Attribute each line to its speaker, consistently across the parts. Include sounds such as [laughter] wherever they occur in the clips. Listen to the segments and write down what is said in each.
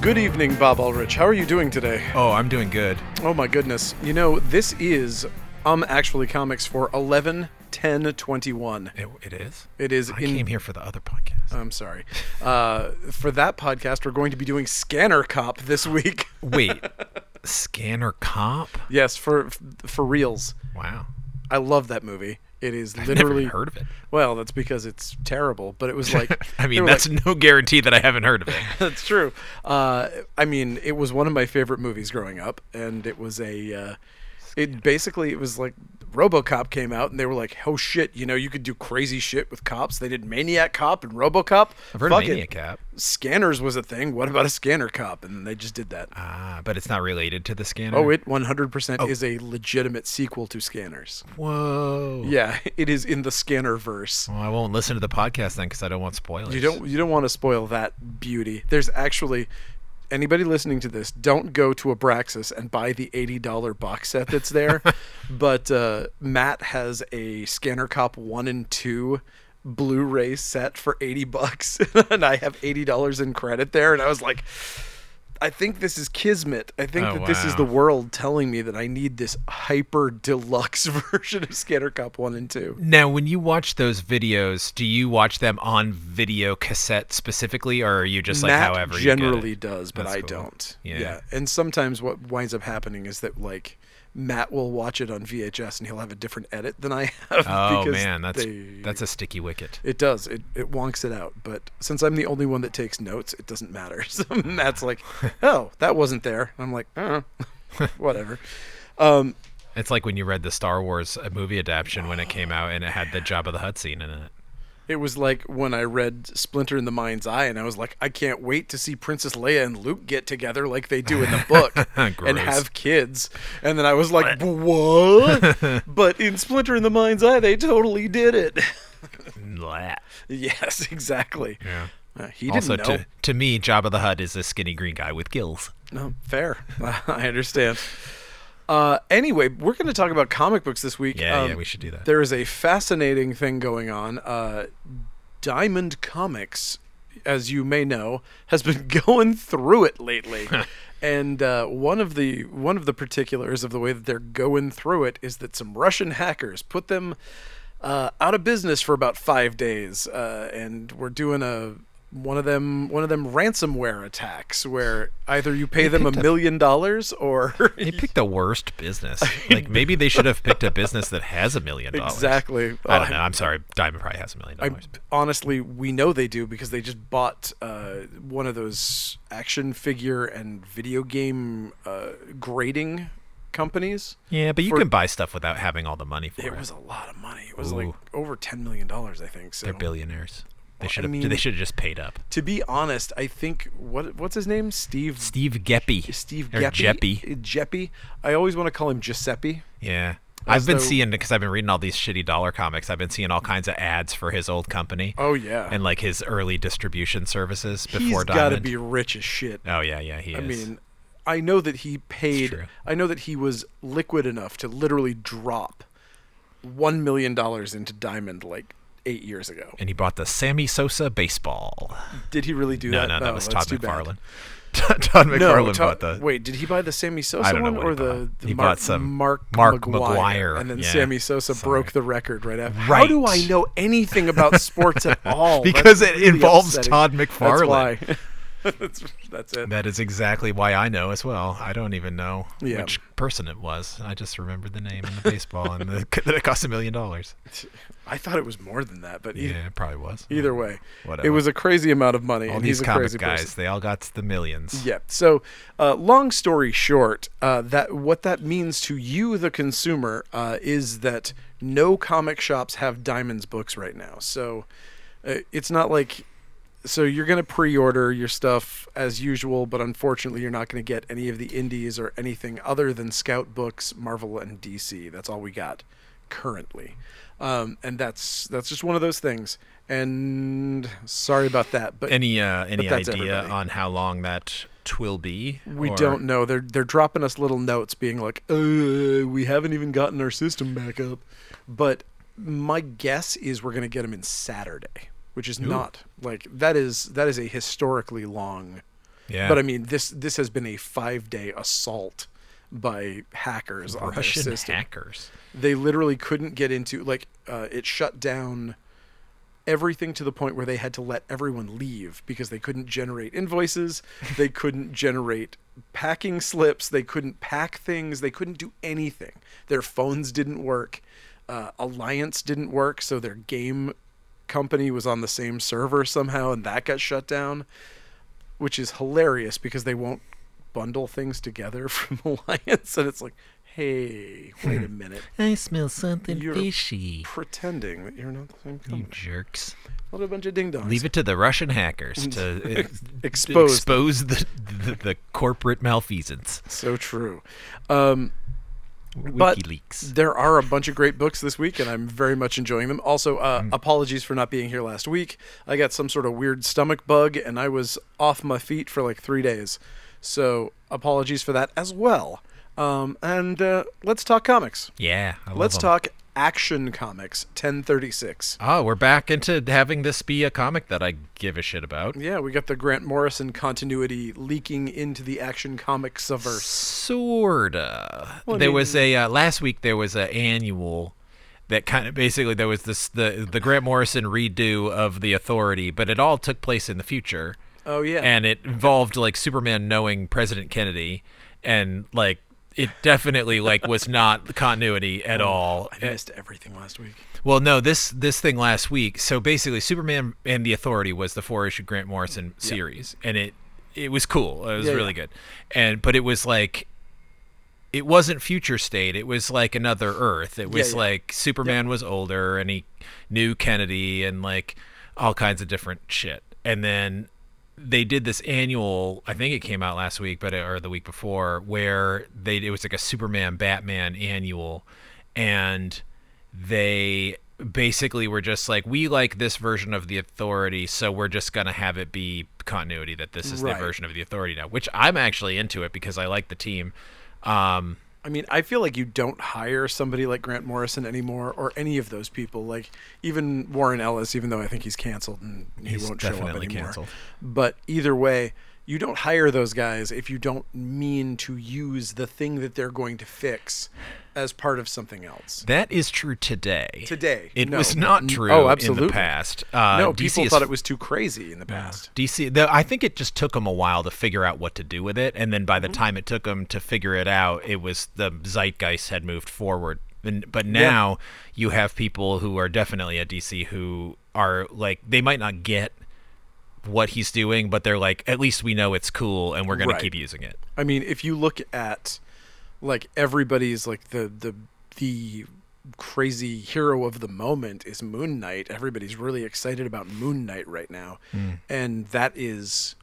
Speaker 1: Good evening, Bob Ulrich. How are you doing today?
Speaker 2: Oh, I'm doing good.
Speaker 1: Oh my goodness. You know, this is Um Actually Comics for 11 10 21.
Speaker 2: It, it is.
Speaker 1: It is
Speaker 2: I
Speaker 1: in-
Speaker 2: came here for the other podcast.
Speaker 1: I'm sorry. Uh, for that podcast, we're going to be doing Scanner Cop this [laughs] week.
Speaker 2: Wait, scanner comp?
Speaker 1: yes, for for reals.
Speaker 2: Wow,
Speaker 1: I love that movie. It is
Speaker 2: never
Speaker 1: literally
Speaker 2: even heard of it. [laughs]
Speaker 1: Well, that's because it's terrible, but it was like
Speaker 2: I
Speaker 1: they
Speaker 2: mean,
Speaker 1: were
Speaker 2: that's
Speaker 1: like-
Speaker 2: no guarantee that I haven't heard of it.
Speaker 1: [laughs] that's true. Uh, I mean, it was one of my favorite movies growing up, and it was a. Uh, it basically it was like RoboCop came out, and they were like, "Oh shit, you know, you could do crazy shit with cops." They did Maniac Cop and RoboCop.
Speaker 2: I've heard
Speaker 1: Fuck
Speaker 2: of
Speaker 1: it.
Speaker 2: Maniac Cop.
Speaker 1: Scanners was a thing. What about a Scanner Cop? And they just did that.
Speaker 2: Ah, but it's not related to the scanner.
Speaker 1: Oh, it 100% is a legitimate sequel to Scanners.
Speaker 2: Whoa.
Speaker 1: Yeah, [laughs] it is in the Scanner verse.
Speaker 2: Well, I won't listen to the podcast then because I don't want spoilers.
Speaker 1: You don't you don't want to spoil that beauty. There's actually anybody listening to this, don't go to Abraxas and buy the eighty dollar box set that's
Speaker 2: [laughs]
Speaker 1: there. but uh, Matt has a Scanner Cop one and two Blu-ray set for eighty bucks, [laughs] and I have eighty dollars in credit there, and I was like. I think this is kismet. I think
Speaker 2: Oh,
Speaker 1: that this is
Speaker 2: wow.
Speaker 1: the world telling me that I need this hyper deluxe [laughs] version of Scanner Cop 1 and 2.
Speaker 2: Now, when you watch those videos, do you watch them on video cassette specifically, or are you just like,
Speaker 1: Matt
Speaker 2: however,
Speaker 1: generally
Speaker 2: you get it?
Speaker 1: does, but
Speaker 2: That's
Speaker 1: I
Speaker 2: cool.
Speaker 1: don't. Yeah.
Speaker 2: Yeah.
Speaker 1: and sometimes what winds up happening is that like Matt will watch it on VHS and he'll have a different edit than I [laughs] have.
Speaker 2: Oh
Speaker 1: because
Speaker 2: man, that's
Speaker 1: they-
Speaker 2: that's a sticky wicket.
Speaker 1: it does it it wonks it out. But since I'm the only one that takes notes, it doesn't matter. [laughs] So Matt's
Speaker 2: [laughs]
Speaker 1: like, oh, that wasn't there. I'm like, uh [laughs] whatever. Um,
Speaker 2: It's like when you read the Star Wars uh, movie adaptation when it came out and it had the Jabba the Hutt scene in it.
Speaker 1: It was like when I read Splinter in the Mind's Eye, and I was like, I can't wait to see Princess Leia and Luke get together like they do in the book and
Speaker 2: [laughs] Gross.
Speaker 1: have kids. And then I was like, what? [laughs] but in Splinter in the Mind's Eye, they totally did it. [laughs]
Speaker 2: Blah.
Speaker 1: yes, exactly.
Speaker 2: Yeah.
Speaker 1: Uh, he didn't
Speaker 2: Also,
Speaker 1: know.
Speaker 2: to, to me, Jabba the Hutt is a skinny green guy with gills.
Speaker 1: No, fair. [laughs] I understand. Uh, anyway, we're going to talk about comic books this week.
Speaker 2: Yeah, yeah,
Speaker 1: Um,
Speaker 2: we should do that.
Speaker 1: There is a fascinating thing going on. Uh, Diamond Comics, as you may know, has been [laughs] going through it
Speaker 2: [laughs]
Speaker 1: lately. And uh, one of the one of the particulars of the way that they're going through it is that some Russian hackers put them uh, out of business for about five days, uh, and we're doing a one of them one of them ransomware attacks where either you pay them a million dollars
Speaker 2: [laughs]
Speaker 1: or
Speaker 2: They picked the
Speaker 1: [laughs]
Speaker 2: worst business. Like maybe they should have picked a business that has a million dollars.
Speaker 1: exactly
Speaker 2: I don't know. I'm sorry. Diamond probably has a million dollars.
Speaker 1: honestly, we know they do because they just bought uh, one of those action figure and video game uh, grading companies.
Speaker 2: Yeah, but you
Speaker 1: for-
Speaker 2: can buy stuff without having all the money for
Speaker 1: It
Speaker 2: it.
Speaker 1: was a lot of money. It was like
Speaker 2: Ooh.
Speaker 1: over ten million dollars, I think. So
Speaker 2: They're billionaires. They should
Speaker 1: I
Speaker 2: have.
Speaker 1: mean-
Speaker 2: they should have just paid up.
Speaker 1: to be honest, I think what what's his name? Steve
Speaker 2: Steve Geppy.
Speaker 1: Steve
Speaker 2: or
Speaker 1: Geppy.
Speaker 2: Jeppy.
Speaker 1: Jeppy. I always want to call him Giuseppe.
Speaker 2: Yeah. I've been
Speaker 1: though-
Speaker 2: seeing because I've been reading all these shitty dollar comics. I've been seeing all kinds of ads for his old company
Speaker 1: Oh yeah.
Speaker 2: and like his early distribution services before
Speaker 1: he's got to
Speaker 2: Diamond.
Speaker 1: be rich as shit.
Speaker 2: oh yeah, yeah, he
Speaker 1: I
Speaker 2: is.
Speaker 1: mean, I know that he paid.
Speaker 2: true.
Speaker 1: I know that he was liquid enough to literally drop one million dollars into Diamond like eight years ago.
Speaker 2: and he bought the Sammy Sosa baseball.
Speaker 1: Did he really do
Speaker 2: No,
Speaker 1: that? Oh,
Speaker 2: no, that was Todd
Speaker 1: that's too bad.
Speaker 2: McFarlane. [laughs] Todd
Speaker 1: No,
Speaker 2: McFarlane
Speaker 1: Todd-
Speaker 2: bought the.
Speaker 1: wait, did he buy the Sammy Sosa
Speaker 2: I don't know
Speaker 1: one
Speaker 2: what
Speaker 1: or
Speaker 2: he
Speaker 1: the,
Speaker 2: bought.
Speaker 1: the
Speaker 2: He
Speaker 1: Mark,
Speaker 2: bought some
Speaker 1: Mark
Speaker 2: Mark
Speaker 1: Maguire,
Speaker 2: Maguire,
Speaker 1: And then
Speaker 2: yeah.
Speaker 1: Sammy Sosa
Speaker 2: Sorry.
Speaker 1: broke the record right after. How do I
Speaker 2: Right.
Speaker 1: know anything about sports
Speaker 2: [laughs]
Speaker 1: at all? That's
Speaker 2: Because it
Speaker 1: really
Speaker 2: involves
Speaker 1: upsetting.
Speaker 2: Todd
Speaker 1: That's
Speaker 2: McFarlane.
Speaker 1: why. [laughs] that's, that's it.
Speaker 2: That is exactly why I know as well. I don't even know
Speaker 1: Yeah.
Speaker 2: which person it was. I just remembered the name and the baseball and the, [laughs] that it cost a million dollars.
Speaker 1: I thought it was more than that, but e-
Speaker 2: Yeah, it probably was.
Speaker 1: either way, it
Speaker 2: Whatever.
Speaker 1: was a crazy amount of money,
Speaker 2: all
Speaker 1: and
Speaker 2: these
Speaker 1: he's a
Speaker 2: comic
Speaker 1: crazy
Speaker 2: guys,
Speaker 1: person.
Speaker 2: they all got the millions.
Speaker 1: Yeah. So, uh, long story short, uh, that what that means to you, the consumer, uh, is that no comic shops have Diamonds books right now. So, uh, it's not like so you're going to pre-order your stuff as usual, but unfortunately, you're not going to get any of the indies or anything other than Scout books, Marvel, and DC. That's all we got currently, um, and that's that's just one of those things. And sorry about that, but
Speaker 2: Any uh, any
Speaker 1: that's
Speaker 2: idea
Speaker 1: everybody.
Speaker 2: on how long that twill be?
Speaker 1: We
Speaker 2: Or-
Speaker 1: don't know. They're they're dropping us little notes, being like, uh, "We haven't even gotten our system back up." But my guess is we're gonna get them in Saturday, which is not like that is that is a historically long
Speaker 2: Yeah.
Speaker 1: But I mean, this this has been a five day assault by hackers on the
Speaker 2: Russian
Speaker 1: system.
Speaker 2: hackers.
Speaker 1: They literally couldn't get into like uh, it shut down everything to the point where they had to let everyone leave because they couldn't generate invoices, they couldn't generate packing slips, they couldn't pack things, they couldn't do anything. Their phones didn't work. Uh, Alliance didn't work, so their game company was on the same server somehow, and that got shut down, which is hilarious because they won't bundle things together [laughs] from Alliance, and it's like, hey, wait a minute,
Speaker 2: I smell something
Speaker 1: You're-
Speaker 2: fishy.
Speaker 1: pretending that you're not the same
Speaker 2: You
Speaker 1: company.
Speaker 2: jerks.
Speaker 1: What a bunch of ding dongs.
Speaker 2: Mm. Leave it to the Russian
Speaker 1: [laughs]
Speaker 2: hackers to ex-
Speaker 1: Expose
Speaker 2: expose the, the, the corporate malfeasance.
Speaker 1: So true. Um, But-
Speaker 2: WikiLeaks.
Speaker 1: there are a bunch of great books this week, and I'm very much enjoying them. Also, uh,
Speaker 2: Mm.
Speaker 1: apologies for not being here last week. I got some sort of weird stomach bug, and I was off my feet for like three days. So, apologies for that as well. Um, and uh, let's talk comics.
Speaker 2: Yeah. I love
Speaker 1: Let's
Speaker 2: 'em.
Speaker 1: talk Action Comics 1036.
Speaker 2: Oh, we're back into having this be a comic that I give a shit about.
Speaker 1: Yeah, we got the Grant Morrison continuity leaking into the Action Comics verse.
Speaker 2: Sorta.
Speaker 1: Well, I
Speaker 2: there
Speaker 1: mean-
Speaker 2: was a uh, last week. There was a annual that kind of basically there was this the the Grant Morrison redo of the Authority, but it all took place in the future,
Speaker 1: Oh yeah.
Speaker 2: and it involved like Superman knowing President Kennedy, and like it definitely like was not continuity at all.
Speaker 1: Oh,
Speaker 2: Uh,
Speaker 1: I missed everything last week.
Speaker 2: Well, no, this this thing last week. So basically, Superman and the Authority was the four issue Grant Morrison series, and it it was cool. It was
Speaker 1: Yeah,
Speaker 2: really
Speaker 1: yeah.
Speaker 2: good, and but it was like it wasn't future state. It was like another Earth. It was
Speaker 1: yeah.
Speaker 2: like Superman was older and he knew Kennedy and like all kinds of different shit. And then they did this annual. I think it came out last week, but or the week before, where they it was like a Superman Batman annual, and they basically were just like we like this version of the authority so we're just going to have it be continuity that this is
Speaker 1: Right.
Speaker 2: the version of the authority now which i'm actually into it because i like the team um
Speaker 1: I mean, I feel like you don't hire somebody like Grant Morrison anymore, or any of those people. Like even Warren Ellis, even though I think he's canceled and he
Speaker 2: He's
Speaker 1: won't show up
Speaker 2: definitely
Speaker 1: anymore.
Speaker 2: canceled.
Speaker 1: But either way, you don't hire those guys if you don't mean to use the thing that they're going to fix as part of something else.
Speaker 2: That is true today.
Speaker 1: Today,
Speaker 2: It
Speaker 1: no.
Speaker 2: was not
Speaker 1: N-
Speaker 2: true
Speaker 1: oh,
Speaker 2: in
Speaker 1: absolutely.
Speaker 2: the past. Uh,
Speaker 1: no,
Speaker 2: DC
Speaker 1: people
Speaker 2: is-
Speaker 1: thought it was too crazy in the past.
Speaker 2: DC, though, I think it just took them a while to figure out what to do with it, and then by the
Speaker 1: Mm-hmm.
Speaker 2: time it took them to figure it out, it was the zeitgeist had moved forward. And, but now you have people who are definitely at DC who are like they might not get what he's doing, but they're like, at least we know it's cool, and we're going
Speaker 1: Right.
Speaker 2: to keep using it.
Speaker 1: I mean, if you look at like everybody's like the the the crazy hero of the moment is Moon Knight. Everybody's really excited about Moon Knight right now.
Speaker 2: Hmm.
Speaker 1: And that is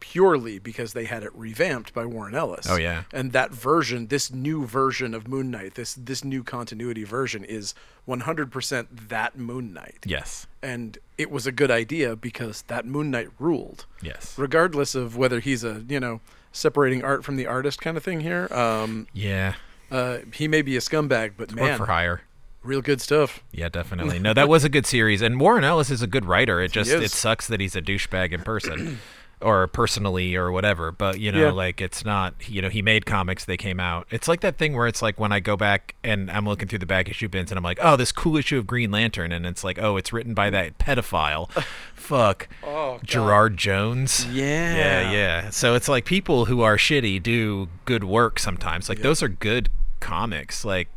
Speaker 1: purely because they had it revamped by Warren Ellis.
Speaker 2: Oh, yeah.
Speaker 1: And that version, this new version of Moon Knight, this this new continuity version is 100% that Moon Knight.
Speaker 2: Yes,
Speaker 1: And it was a good idea because that Moon Knight ruled
Speaker 2: yes,
Speaker 1: regardless of whether he's a you know separating art from the artist kind of thing here. Um,
Speaker 2: yeah.
Speaker 1: uh, he may be a scumbag, but
Speaker 2: Work for
Speaker 1: man,
Speaker 2: hire.
Speaker 1: real good stuff.
Speaker 2: Yeah, definitely. No, that was a good series, and Warren Ellis is a good writer. It just
Speaker 1: is.
Speaker 2: it sucks that he's a douchebag
Speaker 1: [clears throat]
Speaker 2: in person, or personally, or whatever. But you know,
Speaker 1: Yeah.
Speaker 2: like it's not. You know, he made comics; they came out. It's like that thing where it's like when I go back and I'm looking through the back issue bins, and I'm like, oh, this cool issue of Green Lantern, and it's like, oh, it's written by
Speaker 1: [laughs]
Speaker 2: that pedophile, fuck,
Speaker 1: Oh, God.
Speaker 2: Gerard Jones.
Speaker 1: Yeah.
Speaker 2: yeah, yeah. So it's like people who are shitty do good work sometimes. Like those are good comics. Like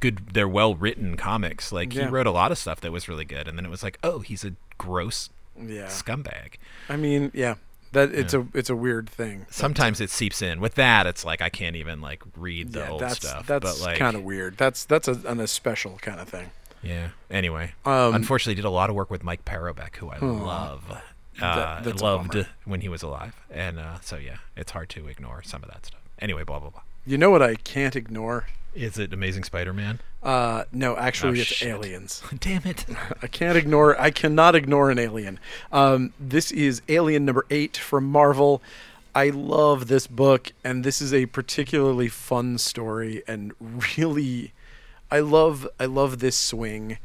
Speaker 2: good they're well written comics like he
Speaker 1: Yeah.
Speaker 2: wrote a lot of stuff that was really good and then it was like oh he's a gross
Speaker 1: Yeah,
Speaker 2: scumbag
Speaker 1: I mean, yeah, that it's a it's a weird thing.
Speaker 2: sometimes it seeps in with that it's like i can't even like read the
Speaker 1: yeah,
Speaker 2: old
Speaker 1: that's
Speaker 2: stuff
Speaker 1: that's
Speaker 2: but like
Speaker 1: kind of weird. That's that's a, an, a special kind of thing.
Speaker 2: yeah anyway
Speaker 1: Um,
Speaker 2: unfortunately did a lot of work with mike Parobek, who i love uh,
Speaker 1: that's a
Speaker 2: loved
Speaker 1: bummer.
Speaker 2: when he was alive and uh, so yeah it's hard to ignore some of that stuff anyway blah blah blah
Speaker 1: You know what I can't ignore?
Speaker 2: is it amazing spider-man
Speaker 1: Uh, no, actually,
Speaker 2: Oh,
Speaker 1: it's
Speaker 2: shit.
Speaker 1: aliens.
Speaker 2: [laughs] damn it
Speaker 1: [laughs] I can't ignore. I cannot ignore an alien. Um, this is Alien number eight from Marvel. I love this book, and this is a particularly fun story, and really, I love. I love this swing.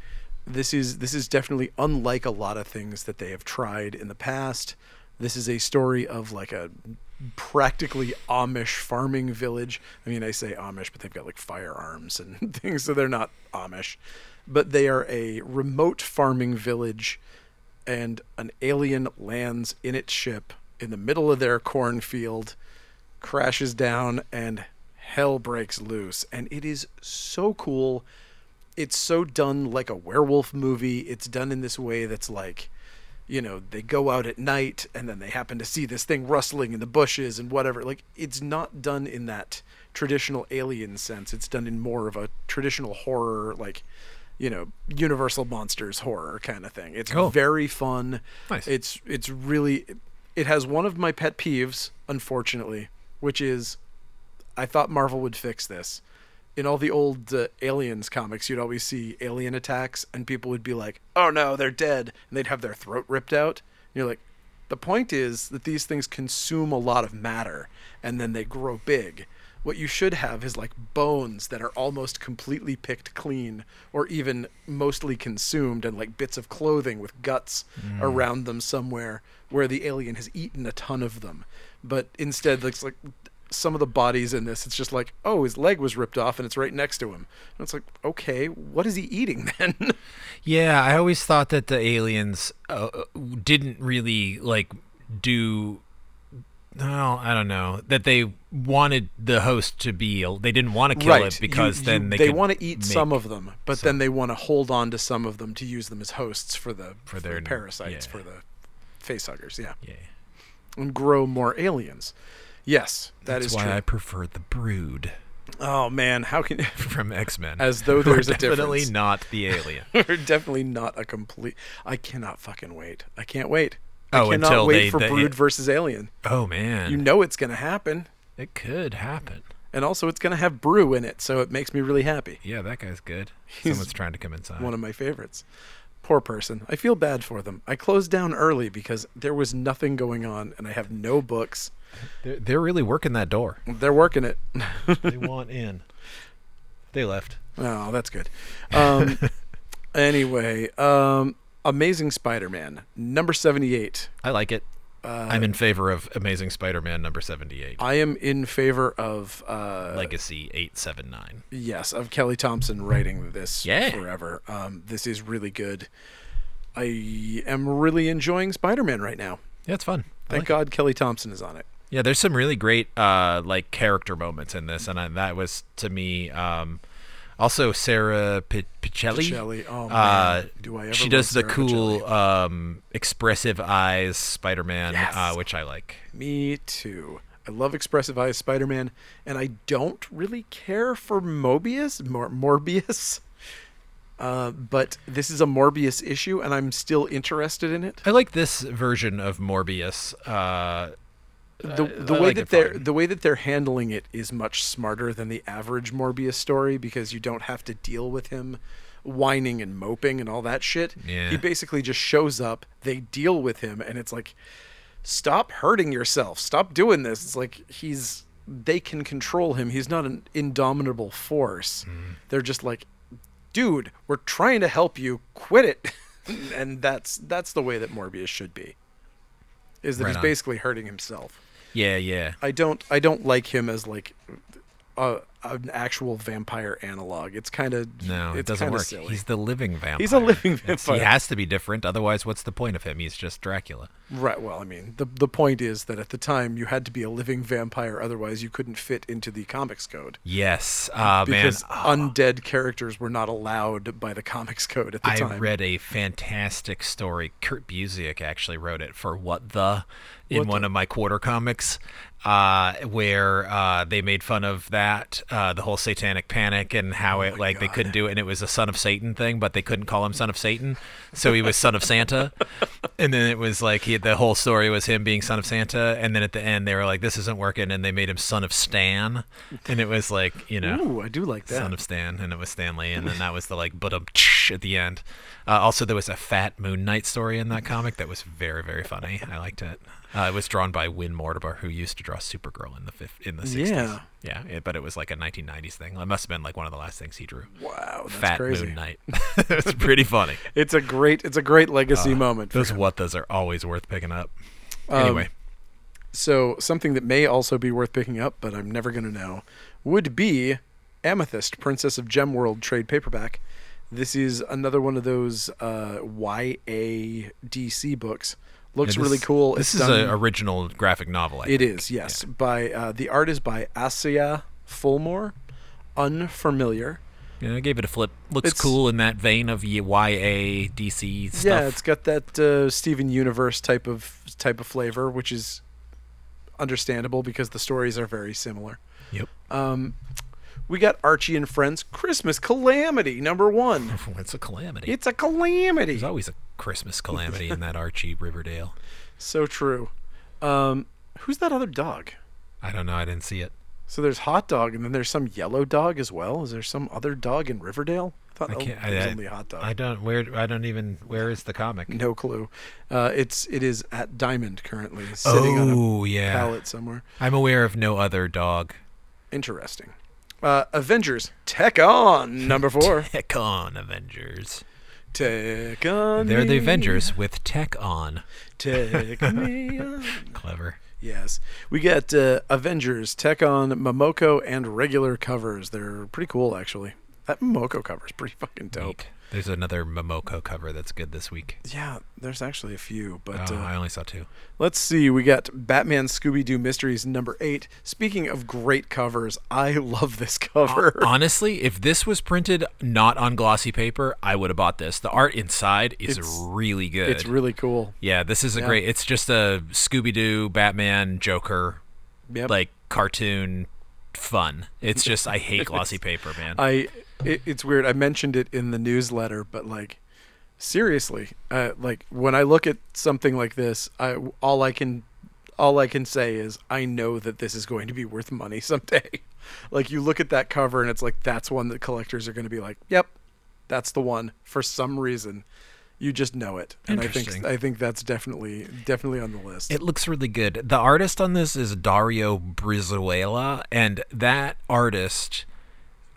Speaker 1: This is this is definitely unlike a lot of things that they have tried in the past. This is a story of like a practically Amish farming village. I mean, I say Amish, but they've got like firearms and [laughs] things, so they're not Amish. But they are a remote farming village, and an alien lands in its ship in the middle of their cornfield, crashes down, and hell breaks loose. And it is so cool. It's so done like a werewolf movie. It's done in this way that's like you know, they go out at night and then they happen to see this thing rustling in the bushes and whatever. Like, it's not done in that traditional alien sense. It's done in more of a traditional horror, like, you know, Universal Monsters horror kind of thing. It's
Speaker 2: Cool.
Speaker 1: very fun.
Speaker 2: Nice.
Speaker 1: It's it's really it has one of my pet peeves, unfortunately, which is I thought Marvel would fix this. In all the old uh, aliens comics, you'd always see alien attacks, and people would be like, "Oh no, they're dead," and they'd have their throat ripped out. And you're like, the point is that these things consume a lot of matter, and then they grow big. What you should have is like bones that are almost completely picked clean, or even mostly consumed, and like bits of clothing with guts around them somewhere, where the alien has eaten a ton of them. But instead, it's like some of the bodies in this, it's just like, oh, his leg was ripped off and it's right next to him. And it's like, okay, what is he eating [laughs] then?
Speaker 2: Yeah, I always thought that the aliens uh, didn't really like do. Well, I don't know that they wanted the host to be. They didn't want to kill it
Speaker 1: You-
Speaker 2: because
Speaker 1: you-
Speaker 2: then they could
Speaker 1: want to eat
Speaker 2: make-
Speaker 1: some of them, but then they want to hold on to some of them to use them as hosts for the for,
Speaker 2: their-
Speaker 1: the parasites
Speaker 2: yeah.
Speaker 1: for the facehuggers, yeah,
Speaker 2: Yeah.
Speaker 1: and grow more aliens. Yes, that
Speaker 2: That's
Speaker 1: is
Speaker 2: why
Speaker 1: true.
Speaker 2: I prefer the Brood [laughs]
Speaker 1: Oh man, how can [laughs]
Speaker 2: from X Men.
Speaker 1: As
Speaker 2: [laughs]
Speaker 1: though there's a
Speaker 2: definitely
Speaker 1: difference.
Speaker 2: not
Speaker 1: [laughs]
Speaker 2: the alien.
Speaker 1: We're definitely not a complete. I cannot fucking wait. I can't wait. I
Speaker 2: Oh,
Speaker 1: cannot
Speaker 2: until
Speaker 1: wait
Speaker 2: they-
Speaker 1: for
Speaker 2: they-
Speaker 1: Brood versus Alien.
Speaker 2: oh man,
Speaker 1: You know it's gonna happen,
Speaker 2: it could happen.
Speaker 1: and also it's gonna have Brew in it, so it makes me really happy.
Speaker 2: Yeah, that guy's good.
Speaker 1: He's
Speaker 2: Someone's trying to come inside.
Speaker 1: one of my favorites. Poor person. I feel bad for them. I closed down early because there was nothing going on and I have no books.
Speaker 2: They're, they're really working that door.
Speaker 1: They're working it. [laughs]
Speaker 2: they want in. They left.
Speaker 1: oh, that's good. Um, anyway, um, Amazing Spider Man, number 78.
Speaker 2: I like it.
Speaker 1: Uh,
Speaker 2: I'm in favor of Amazing Spider-Man number 78,
Speaker 1: I am in favor of, uh,
Speaker 2: Legacy 879.
Speaker 1: yes, of Kelly Thompson writing this
Speaker 2: Yeah.
Speaker 1: forever. Um, this is really good. I am really enjoying Spider Man right now.
Speaker 2: Yeah, it's fun. I
Speaker 1: Thank
Speaker 2: like it.
Speaker 1: God Kelly Thompson is on it.
Speaker 2: Yeah, there's some really great uh, like character moments in this, and I, that was to me. Um, also, Sarah P- Picelli.
Speaker 1: Shelley, oh man,
Speaker 2: Uh,
Speaker 1: do I ever
Speaker 2: she
Speaker 1: love
Speaker 2: does the
Speaker 1: Sarah Pacelli.
Speaker 2: cool, um, expressive eyes Spider-Man,
Speaker 1: Yes.
Speaker 2: uh, which I like.
Speaker 1: Me too. I love expressive eyes Spider Man, and I don't really care for Mobius, Mor- Morbius. [laughs] Uh, but this is a Morbius issue, and I'm still interested in it.
Speaker 2: I like this version of Morbius. Uh,
Speaker 1: The,
Speaker 2: I-
Speaker 1: the
Speaker 2: I
Speaker 1: way
Speaker 2: like
Speaker 1: that
Speaker 2: it
Speaker 1: they're
Speaker 2: fine.
Speaker 1: the way that they're handling it is much smarter than the average Morbius story because you don't have to deal with him whining and moping and all that shit.
Speaker 2: Yeah.
Speaker 1: He basically just shows up. They deal with him, and it's like, stop hurting yourself. Stop doing this. It's like he's they can control him. He's not an indomitable force.
Speaker 2: Mm-hmm.
Speaker 1: They're just like, dude, we're trying to help you. Quit it. [laughs] and that's that's the way that Morbius should be. Is that
Speaker 2: Right
Speaker 1: he's
Speaker 2: on.
Speaker 1: basically hurting himself.
Speaker 2: yeah, yeah.
Speaker 1: I don't I don't like him as like a, an actual vampire analog. It's kind of
Speaker 2: No,
Speaker 1: it's
Speaker 2: it doesn't
Speaker 1: kinda
Speaker 2: work.
Speaker 1: Silly.
Speaker 2: He's the living vampire.
Speaker 1: He's a living
Speaker 2: It's-
Speaker 1: vampire.
Speaker 2: He has to be different, otherwise, what's the point of him? He's just Dracula.
Speaker 1: Right. Well, I mean, the the point is that at the time you had to be a living vampire, otherwise you couldn't fit into the comics code
Speaker 2: Yes, uh, man.
Speaker 1: because undead characters were not allowed by the comics code at the
Speaker 2: I
Speaker 1: time.
Speaker 2: read a fantastic story. Kurt Busiek actually wrote it for What the in
Speaker 1: What
Speaker 2: one
Speaker 1: the-
Speaker 2: of my quarter comics, uh, where uh, they made fun of that, uh, the whole satanic panic and
Speaker 1: Oh
Speaker 2: how it like they couldn't do it, and it was a son of Satan thing, but they couldn't call him son of Satan, so he was son of
Speaker 1: [laughs]
Speaker 2: Santa, and then it was like he, the whole story was him being son of Santa, and then at the end they were like this isn't working, and they made him son of Stan, and it was like you know
Speaker 1: Ooh, I do like that.
Speaker 2: son of Stan, and it was Stanley, and then that was the like but at the end. Uh, also, there was a fat Moon Knight story in that comic that was very very funny. I liked it. Uh, it was drawn by Win Mortimer, who used to draw Supergirl in the fif- in the sixties.
Speaker 1: Yeah.
Speaker 2: yeah, it- but it was like a 1990s thing. It must have been like one of the last things he drew.
Speaker 1: wow, that's
Speaker 2: fat
Speaker 1: crazy.
Speaker 2: Moon Knight. [laughs] it's
Speaker 1: [laughs]
Speaker 2: pretty funny.
Speaker 1: It's a great it's a great legacy moment. for
Speaker 2: Uh, Those
Speaker 1: him. Um,
Speaker 2: what those are always worth picking up. Anyway,
Speaker 1: So something that may also be worth picking up, but I'm never going to know, would be Amethyst, Princess of Gem World trade paperback. This is another one of those uh, YA DC books. Looks
Speaker 2: Yeah,
Speaker 1: really
Speaker 2: this-
Speaker 1: cool.
Speaker 2: This
Speaker 1: It's
Speaker 2: is
Speaker 1: done-
Speaker 2: an original graphic novel. I
Speaker 1: It
Speaker 2: think.
Speaker 1: is, yes. By uh, the art is by Asya Fulmore. Unfamiliar.
Speaker 2: Yeah, I gave it a flip. Looks
Speaker 1: It's-
Speaker 2: cool in that vein of y- YA DC stuff.
Speaker 1: Yeah, it's got that uh, Steven Universe type of type of flavor, which is understandable because the stories are very similar.
Speaker 2: Yep.
Speaker 1: Um, we got Archie and Friends Christmas Calamity number one.
Speaker 2: [laughs] it's a calamity.
Speaker 1: It's a calamity.
Speaker 2: There's always a Christmas calamity
Speaker 1: [laughs]
Speaker 2: in that Archie Riverdale.
Speaker 1: So true. Um, who's that other dog?
Speaker 2: I don't know. I didn't see it.
Speaker 1: So there's hot dog, and then there's some yellow dog as well. Is there some other dog in Riverdale? I thought
Speaker 2: I
Speaker 1: only-
Speaker 2: can't. I,
Speaker 1: there was
Speaker 2: I-
Speaker 1: only a hot dog.
Speaker 2: I don't. Where? I don't even. Where is the comic?
Speaker 1: No clue. Uh, it's it is at Diamond currently, sitting on
Speaker 2: oh
Speaker 1: a
Speaker 2: yeah.
Speaker 1: pallet somewhere.
Speaker 2: I'm aware of no other dog.
Speaker 1: Interesting. Uh, Avengers Tech On
Speaker 2: [laughs]
Speaker 1: number four.
Speaker 2: Tech on Avengers.
Speaker 1: Tech On.
Speaker 2: They're the
Speaker 1: me,
Speaker 2: Avengers with tech on. [laughs]
Speaker 1: Tech Me On.
Speaker 2: Clever.
Speaker 1: Yes, we get uh, Avengers Tech On Momoko and regular covers. They're pretty cool actually. That Momoko cover's pretty fucking dope.
Speaker 2: Neat. There's another Momoko cover that's good this week.
Speaker 1: Yeah, there's actually a few, but
Speaker 2: oh,
Speaker 1: uh,
Speaker 2: I only
Speaker 1: [laughs]
Speaker 2: saw two.
Speaker 1: Let's see. We got Batman Scooby Doo Mysteries number eight. Speaking of great covers, I [laughs] love this cover.
Speaker 2: Oh, Honestly, if this was printed not on glossy paper, I would have bought this. The art inside is
Speaker 1: It's-
Speaker 2: really good.
Speaker 1: It's really cool.
Speaker 2: yeah, this is a great. It's just a Scooby Doo, Batman, Joker,
Speaker 1: Yep.
Speaker 2: like cartoon fun. It's just
Speaker 1: [laughs]
Speaker 2: I hate glossy paper, man.
Speaker 1: I, it, it's weird. I mentioned it in the newsletter, but like, seriously, uh, like when I look at something like this, I all I can, all I can say is I know that this is going to be worth money [laughs] someday. like you look at that cover and it's like that's one that collectors are going to be like, yep, that's the one for some reason. You just know it, and I think
Speaker 2: Interesting.
Speaker 1: I think that's definitely definitely on the list.
Speaker 2: It looks really good. The artist on this is Dario Brizuela, and that artist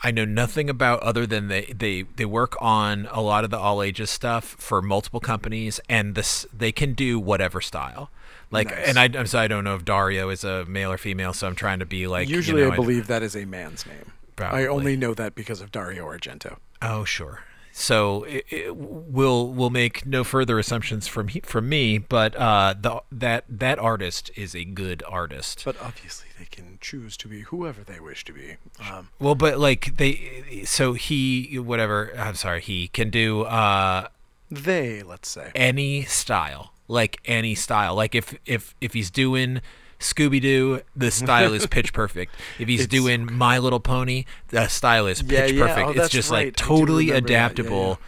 Speaker 2: I know nothing about other than they, they, they work on a lot of the all ages stuff for multiple
Speaker 1: Mm-hmm.
Speaker 2: companies, and this they can do whatever style. Like,
Speaker 1: Nice.
Speaker 2: and I, I'm sorry, I don't know if Dario is a male or female, so I'm trying to be like. you
Speaker 1: Usually,
Speaker 2: know,
Speaker 1: I believe that is a man's name. I
Speaker 2: Probably.
Speaker 1: only know that because of Dario Argento.
Speaker 2: Oh, sure. So it, it, we'll we'll make no further assumptions from he, from me, but uh, the that that artist is a good artist.
Speaker 1: But obviously, they can choose to be whoever they wish to be. Um,
Speaker 2: Well, but like they, so he, whatever. I'm sorry, he can do uh,
Speaker 1: they, let's say.
Speaker 2: any style, like any style. Like if if if he's doing Scooby Doo, the style
Speaker 1: [laughs]
Speaker 2: is pitch perfect. If he's
Speaker 1: It's
Speaker 2: doing My Little Pony, the style is
Speaker 1: Yeah,
Speaker 2: pitch
Speaker 1: yeah.
Speaker 2: perfect.
Speaker 1: Oh,
Speaker 2: it's
Speaker 1: that's
Speaker 2: just
Speaker 1: right. I
Speaker 2: like
Speaker 1: do
Speaker 2: totally
Speaker 1: remember that. Yeah,
Speaker 2: adaptable,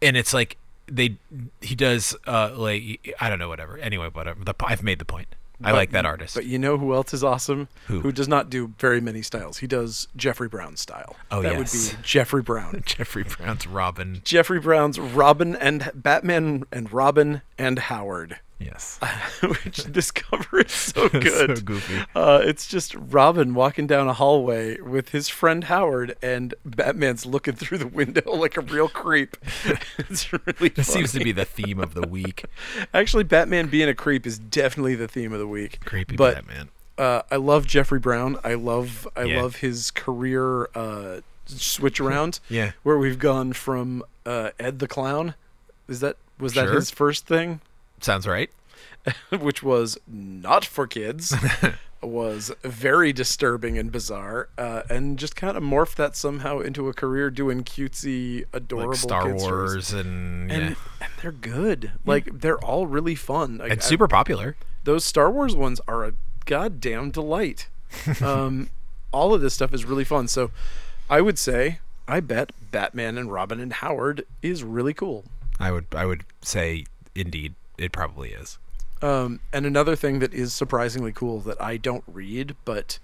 Speaker 2: and it's like they he does uh like I don't know whatever. Anyway, whatever. The, I've made the point. I
Speaker 1: But-
Speaker 2: like that artist.
Speaker 1: But you know who else is awesome?
Speaker 2: Who?
Speaker 1: does not do very many styles. He does Jeffrey Brown style.
Speaker 2: Oh,
Speaker 1: that
Speaker 2: yes.
Speaker 1: would be Jeffrey Brown.
Speaker 2: [laughs] Jeffrey Brown's Robin.
Speaker 1: Jeffrey Brown's Robin and Batman and Robin and Howard. [laughs]
Speaker 2: Yes.
Speaker 1: Which this cover
Speaker 2: [laughs]
Speaker 1: is so good.
Speaker 2: so goofy.
Speaker 1: Uh, it's just Robin walking down a hallway with his friend Howard, and Batman's looking through the window [laughs] like a real creep. [laughs] it's really
Speaker 2: [laughs] This seems to
Speaker 1: funny.
Speaker 2: be the theme of the week.
Speaker 1: Actually, Batman being a creep is definitely the theme of the week. [laughs]
Speaker 2: Creepy
Speaker 1: but
Speaker 2: Batman.
Speaker 1: uh, I love Jeffrey Brown. I love I
Speaker 2: Yeah.
Speaker 1: love his career uh, switch around.
Speaker 2: [laughs] Yeah.
Speaker 1: where we've gone from uh, Ed the Clown. Is that was that
Speaker 2: Sure.
Speaker 1: his first thing, [laughs]
Speaker 2: Sounds right.
Speaker 1: which was not for
Speaker 2: [laughs]
Speaker 1: kids. was very disturbing and bizarre uh, and just kind of morphed that somehow into a career doing cutesy adorable
Speaker 2: Like Star
Speaker 1: kid stories.
Speaker 2: Wars and,
Speaker 1: and,
Speaker 2: yeah.
Speaker 1: and they're good like they're all really fun like,
Speaker 2: and
Speaker 1: I-
Speaker 2: super popular.
Speaker 1: those Star Wars ones are a goddamn
Speaker 2: [laughs]
Speaker 1: delight. Um, all of this stuff is really fun. So I would say, I bet Batman and Robin and Howard is really cool.
Speaker 2: I would I would say indeed it probably is.
Speaker 1: Um, and another thing that is surprisingly cool that I don't read, but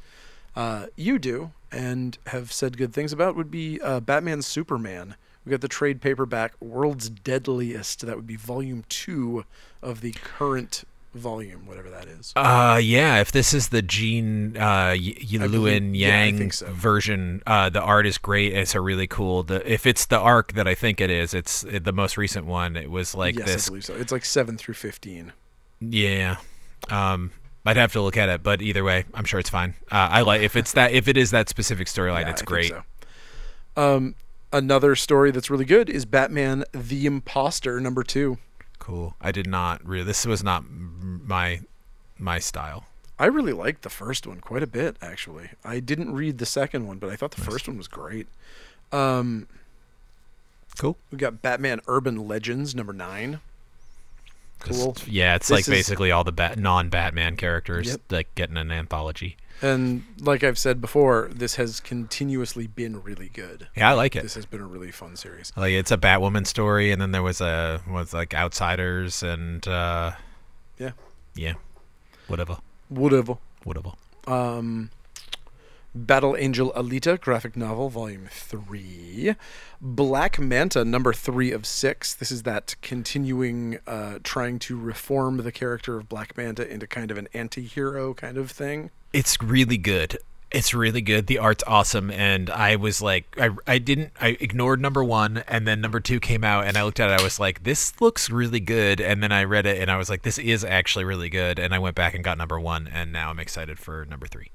Speaker 1: uh, you do and have said good things about would be uh, Batman Superman. We got the trade paperback World's Deadliest. That would be volume two of the current volume, whatever that is.
Speaker 2: Uh yeah, if this is the Gene uh y- y- Luen
Speaker 1: believe- yeah, I
Speaker 2: Yang
Speaker 1: think so.
Speaker 2: version, uh the art is great. It's a really cool. The, if it's the arc that I think it is, it's uh, the most recent one. It was like
Speaker 1: yes,
Speaker 2: this
Speaker 1: I believe so. It's like seven through fifteen.
Speaker 2: yeah. Um I'd have to look at it, but either way, I'm sure it's fine. Uh, I like if it's that if it is that specific
Speaker 1: [laughs]
Speaker 2: storyline,
Speaker 1: Yeah,
Speaker 2: it's
Speaker 1: I think
Speaker 2: great.
Speaker 1: so. Um, another story that's really good is Batman: The Imposter number two.
Speaker 2: Cool. I did not really. This was not m- my my style.
Speaker 1: I really liked the first one quite a bit, actually. I didn't read the second one, but I thought the first one was great. Um,
Speaker 2: Cool.
Speaker 1: we got Batman: Urban Legends number nine.
Speaker 2: 'Cause-
Speaker 1: Cool.
Speaker 2: Yeah, it's
Speaker 1: This
Speaker 2: like
Speaker 1: is-
Speaker 2: basically all the bat- non-Batman characters
Speaker 1: Yep.
Speaker 2: like getting an anthology.
Speaker 1: And like I've said before, this has continuously been really good.
Speaker 2: Yeah, I like it.
Speaker 1: This has been a really fun series.
Speaker 2: Like it's a Batwoman story, and then there was a was like Outsiders and uh,
Speaker 1: Yeah.
Speaker 2: yeah, whatever,
Speaker 1: Whatever.
Speaker 2: whatever.
Speaker 1: um, Battle Angel Alita graphic novel, volume three, Black Manta number three of six. This is that continuing, uh, trying to reform the character of Black Manta into kind of an anti-hero kind of thing.
Speaker 2: It's really good. It's really good. The art's awesome, and I was like, I, I didn't, I ignored number one, and then number two came out, and I looked at it, I was like, this looks really good, and then I read it, and I was like, this is actually really good, and I went back and got number one, and now I'm excited for number three.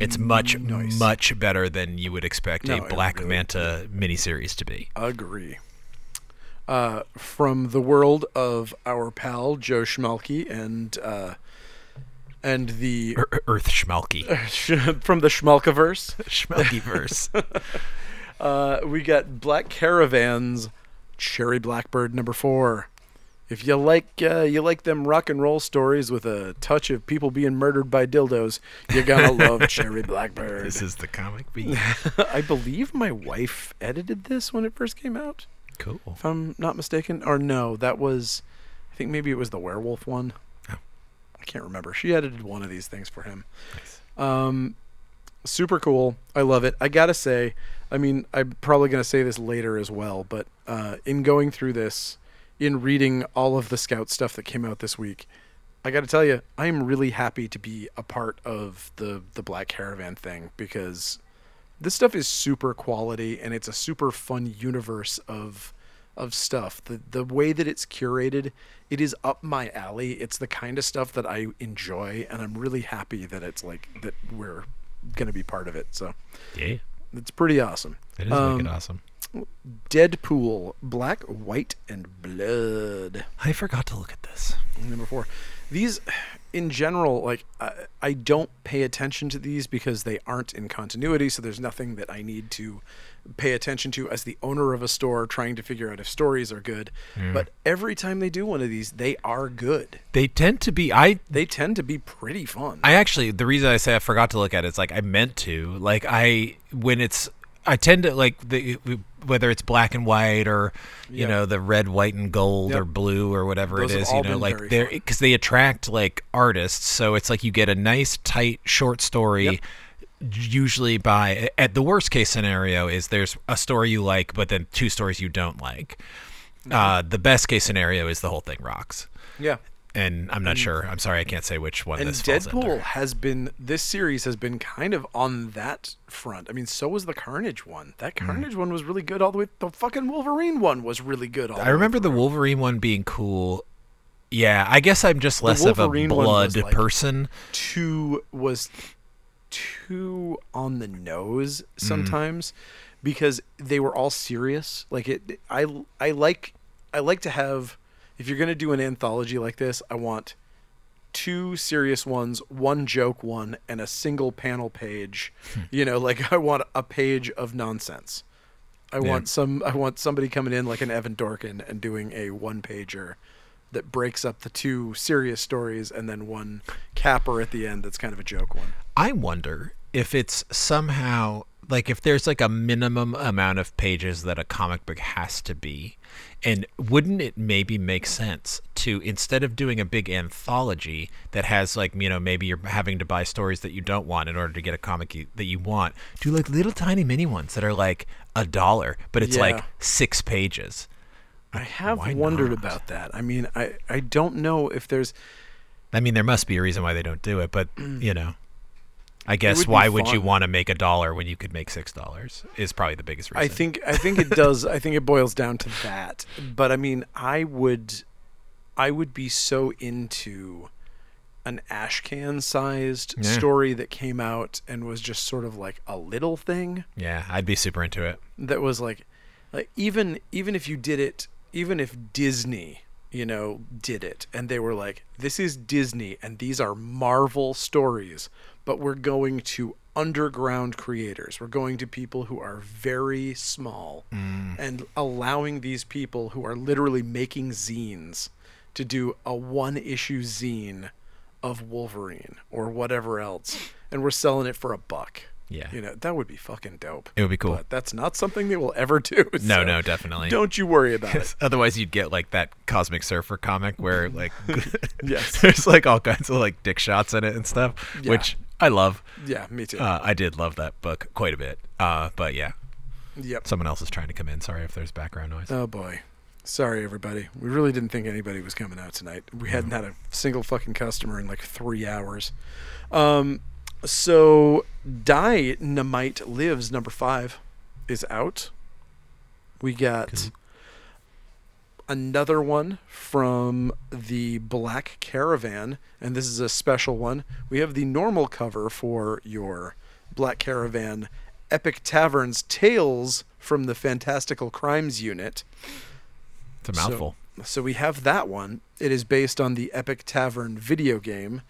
Speaker 2: It's much, much better than you would expect
Speaker 1: Mm, No,
Speaker 2: a
Speaker 1: it
Speaker 2: Black
Speaker 1: really-
Speaker 2: Manta miniseries to be.
Speaker 1: Agree. Uh, from the world of our pal Joe Schmalke and uh, and the [laughs]
Speaker 2: Ear- Er, Earth Schmalky,
Speaker 1: from the Schmalkiverse,
Speaker 2: Schmalkyverse.
Speaker 1: Uh, we got Black Caravans, Cherry Blackbird number four. If you like uh, you like them rock and roll stories with a touch of people being murdered by dildos, you're
Speaker 2: [laughs]
Speaker 1: gonna love Cherry Blackbird.
Speaker 2: [laughs] this is the
Speaker 1: [laughs]
Speaker 2: comic beat.
Speaker 1: I believe my wife edited this when it first came out,
Speaker 2: Cool.
Speaker 1: if I'm not mistaken. Or no, that was I think maybe it was the werewolf one.
Speaker 2: Oh.
Speaker 1: I can't remember. She edited one of these things for him.
Speaker 2: Nice.
Speaker 1: Um, super cool. I love it. I gotta say, I mean, I'm probably gonna say this later as well, but uh, in going through this, in reading all of the scout stuff that came out this week, I gotta tell you, I am really happy to be a part of the the Black Caravan thing because this stuff is super quality and it's a super fun universe of of stuff. The the way that it's curated, it is up my alley. It's the kind of stuff that I enjoy and I'm really happy that it's like that we're going to be part of it. So,
Speaker 2: Yeah,
Speaker 1: it's pretty awesome.
Speaker 2: it is
Speaker 1: Um,
Speaker 2: wicked awesome.
Speaker 1: Deadpool, Black, White and Blood.
Speaker 2: I forgot to look at this.
Speaker 1: Number 4. These in general like I, I don't pay attention to these because they aren't in continuity, so there's nothing that I need to pay attention to as the owner of a store trying to figure out if stories are good. But every time they do one of these, they are good.
Speaker 2: They tend to be. I
Speaker 1: They tend to be pretty fun.
Speaker 2: I actually the reason I say I forgot to look at it is like I meant to. Like I when it's I tend to like the whether it's black and white or you
Speaker 1: Yep.
Speaker 2: know the red, white and gold
Speaker 1: Yep.
Speaker 2: or blue or whatever
Speaker 1: Those
Speaker 2: it
Speaker 1: have
Speaker 2: is.
Speaker 1: all
Speaker 2: You know,
Speaker 1: been
Speaker 2: like
Speaker 1: very
Speaker 2: they're
Speaker 1: fun.
Speaker 2: because they attract like artists. So it's like you get a nice tight short story.
Speaker 1: Yep.
Speaker 2: Usually, by at the worst case scenario, is there's a story you like, but then two stories you don't like.
Speaker 1: Mm-hmm.
Speaker 2: Uh, the best case scenario is the whole thing rocks.
Speaker 1: yeah.
Speaker 2: and I'm not sure. I'm sorry, I can't say which one
Speaker 1: And
Speaker 2: this falls
Speaker 1: Deadpool
Speaker 2: under.
Speaker 1: has been this series has been kind of on that front. I mean, so was the Carnage one. That
Speaker 2: Mm.
Speaker 1: Carnage one was really good all the way. The fucking Wolverine one was really good. All
Speaker 2: I remember the Wolverine one being cool. Yeah, I guess I'm just less of a
Speaker 1: Wolverine one was,
Speaker 2: blood
Speaker 1: like-
Speaker 2: person.
Speaker 1: two was too on the nose sometimes because they were all serious. Like it, I I like I like to have if you're gonna do an anthology like this, I want two serious ones, one joke one, and a single panel page. you know, like I want a page of nonsense. I want some. I want somebody coming in like an Evan Dorkin and doing a one pager that breaks up the two serious stories and then one capper at the end that's kind of a joke one.
Speaker 2: I wonder if it's somehow like if there's like a minimum amount of pages that a comic book has to be. And wouldn't it maybe make sense to instead of doing a big anthology that has like, you know, maybe you're having to buy stories that you don't want in order to get a comic you, that you want, do like little tiny mini ones that are like a dollar, but it's
Speaker 1: Yeah.
Speaker 2: like six pages.
Speaker 1: I have
Speaker 2: why
Speaker 1: wondered
Speaker 2: not?
Speaker 1: about that. I mean, I I don't know if there's
Speaker 2: I mean, there must be a reason why they don't do it, but you know, I
Speaker 1: Mm.
Speaker 2: guess
Speaker 1: would be
Speaker 2: why would you
Speaker 1: fun.
Speaker 2: want to make a dollar when you could make six dollars? Is probably the biggest reason.
Speaker 1: I think I think it does. I think it boils down to that. But I mean, I would, I would be so into an ash can sized
Speaker 2: Yeah.
Speaker 1: story that came out and was just sort of like a little thing
Speaker 2: Yeah, I'd be super into it.
Speaker 1: that was like like even even if you did it even if Disney you know did it and they were like this is Disney and these are Marvel stories but we're going to underground creators we're going to people who are very small and allowing these people who are literally making zines to do a one issue zine of Wolverine or whatever else and we're selling it for a buck
Speaker 2: Yeah.
Speaker 1: you know that would be fucking dope
Speaker 2: It would be cool.
Speaker 1: but that's not something they will ever do.
Speaker 2: [laughs] no,
Speaker 1: so
Speaker 2: no, definitely.
Speaker 1: Don't you worry about
Speaker 2: [laughs]
Speaker 1: it.
Speaker 2: Otherwise, you'd get like that Cosmic Surfer comic where like [laughs]
Speaker 1: Yes.
Speaker 2: there's like all kinds of like dick shots in it and stuff,
Speaker 1: Yeah.
Speaker 2: which I love.
Speaker 1: Yeah, me too.
Speaker 2: Uh, I did love that book quite a bit. Uh, but yeah,
Speaker 1: yep.
Speaker 2: someone else is trying to come in. Sorry if there's background noise.
Speaker 1: Oh boy. Sorry everybody. We really didn't think anybody was coming out tonight. We hadn't had a single fucking customer in like 3 hours. Um so Dynamite Lives number 5 is out. We got another one from the Black Caravan, and this is a special one. We have the normal cover for your Black Caravan Epic Taverns Tales from the Fantastical Crimes Unit.
Speaker 2: It's a mouthful.
Speaker 1: So we have that one. It is based on the Epic Tavern video game,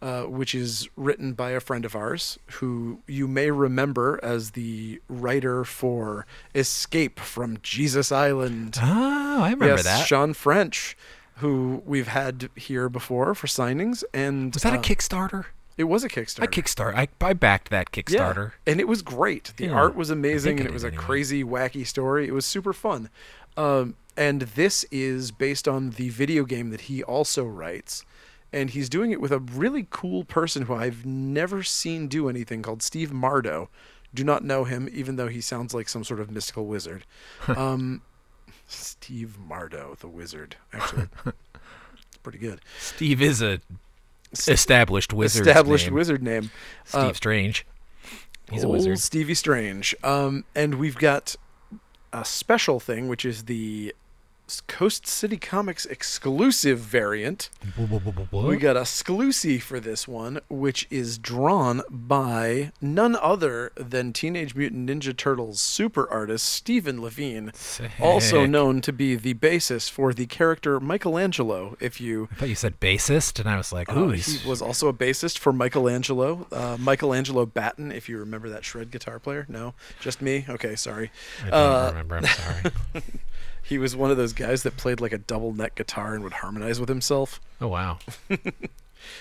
Speaker 1: uh, which is written by a friend of ours who you may remember as the writer for Escape from Jesus Island.
Speaker 2: oh, I remember
Speaker 1: yes,
Speaker 2: that.
Speaker 1: Sean French, who we've had here before for signings, and
Speaker 2: was that a
Speaker 1: uh,
Speaker 2: Kickstarter?
Speaker 1: It was a Kickstarter.
Speaker 2: I Kickstarter. I, I backed that
Speaker 1: Yeah,
Speaker 2: Kickstarter.
Speaker 1: and it was great. The
Speaker 2: Yeah,
Speaker 1: art was
Speaker 2: I think
Speaker 1: amazing,
Speaker 2: I
Speaker 1: and it
Speaker 2: did
Speaker 1: was a
Speaker 2: anyway.
Speaker 1: crazy, wacky story. It was super fun. Um, and this is based on the video game that he also writes, and he's doing it with a really cool person who I've never seen do anything called Steve Mardo. Do not know him, even though he sounds like some sort of mystical
Speaker 2: [laughs]
Speaker 1: wizard. um, Steve Mardo, the wizard,
Speaker 2: [laughs]
Speaker 1: actually. It's Pretty good.
Speaker 2: Steve is a established wizard.
Speaker 1: Established
Speaker 2: name.
Speaker 1: wizard name.
Speaker 2: Steve
Speaker 1: Uh, Oh,
Speaker 2: Strange. He's a
Speaker 1: Old
Speaker 2: wizard.
Speaker 1: Stevie Strange. Um, and we've got a special thing, which is the s- Coast City Comics exclusive variant. We got a exclusive for this one, which is drawn by none other than Teenage Mutant Ninja Turtles super artist Stephen Levine, also
Speaker 2: Sick.
Speaker 1: known to be the basis for the character Michelangelo. If you
Speaker 2: I thought you said bassist, and I was like,
Speaker 1: uh,
Speaker 2: "Ooh, he's
Speaker 1: he was also a bassist for Michelangelo. Uh, Michelangelo Batten, if you remember that shred guitar player. No, just me. Okay, sorry.
Speaker 2: I don't
Speaker 1: Uh,
Speaker 2: remember. I'm sorry.
Speaker 1: he was one of those guys that played like a double neck guitar and would harmonize with himself.
Speaker 2: [laughs] Oh [laughs] wow,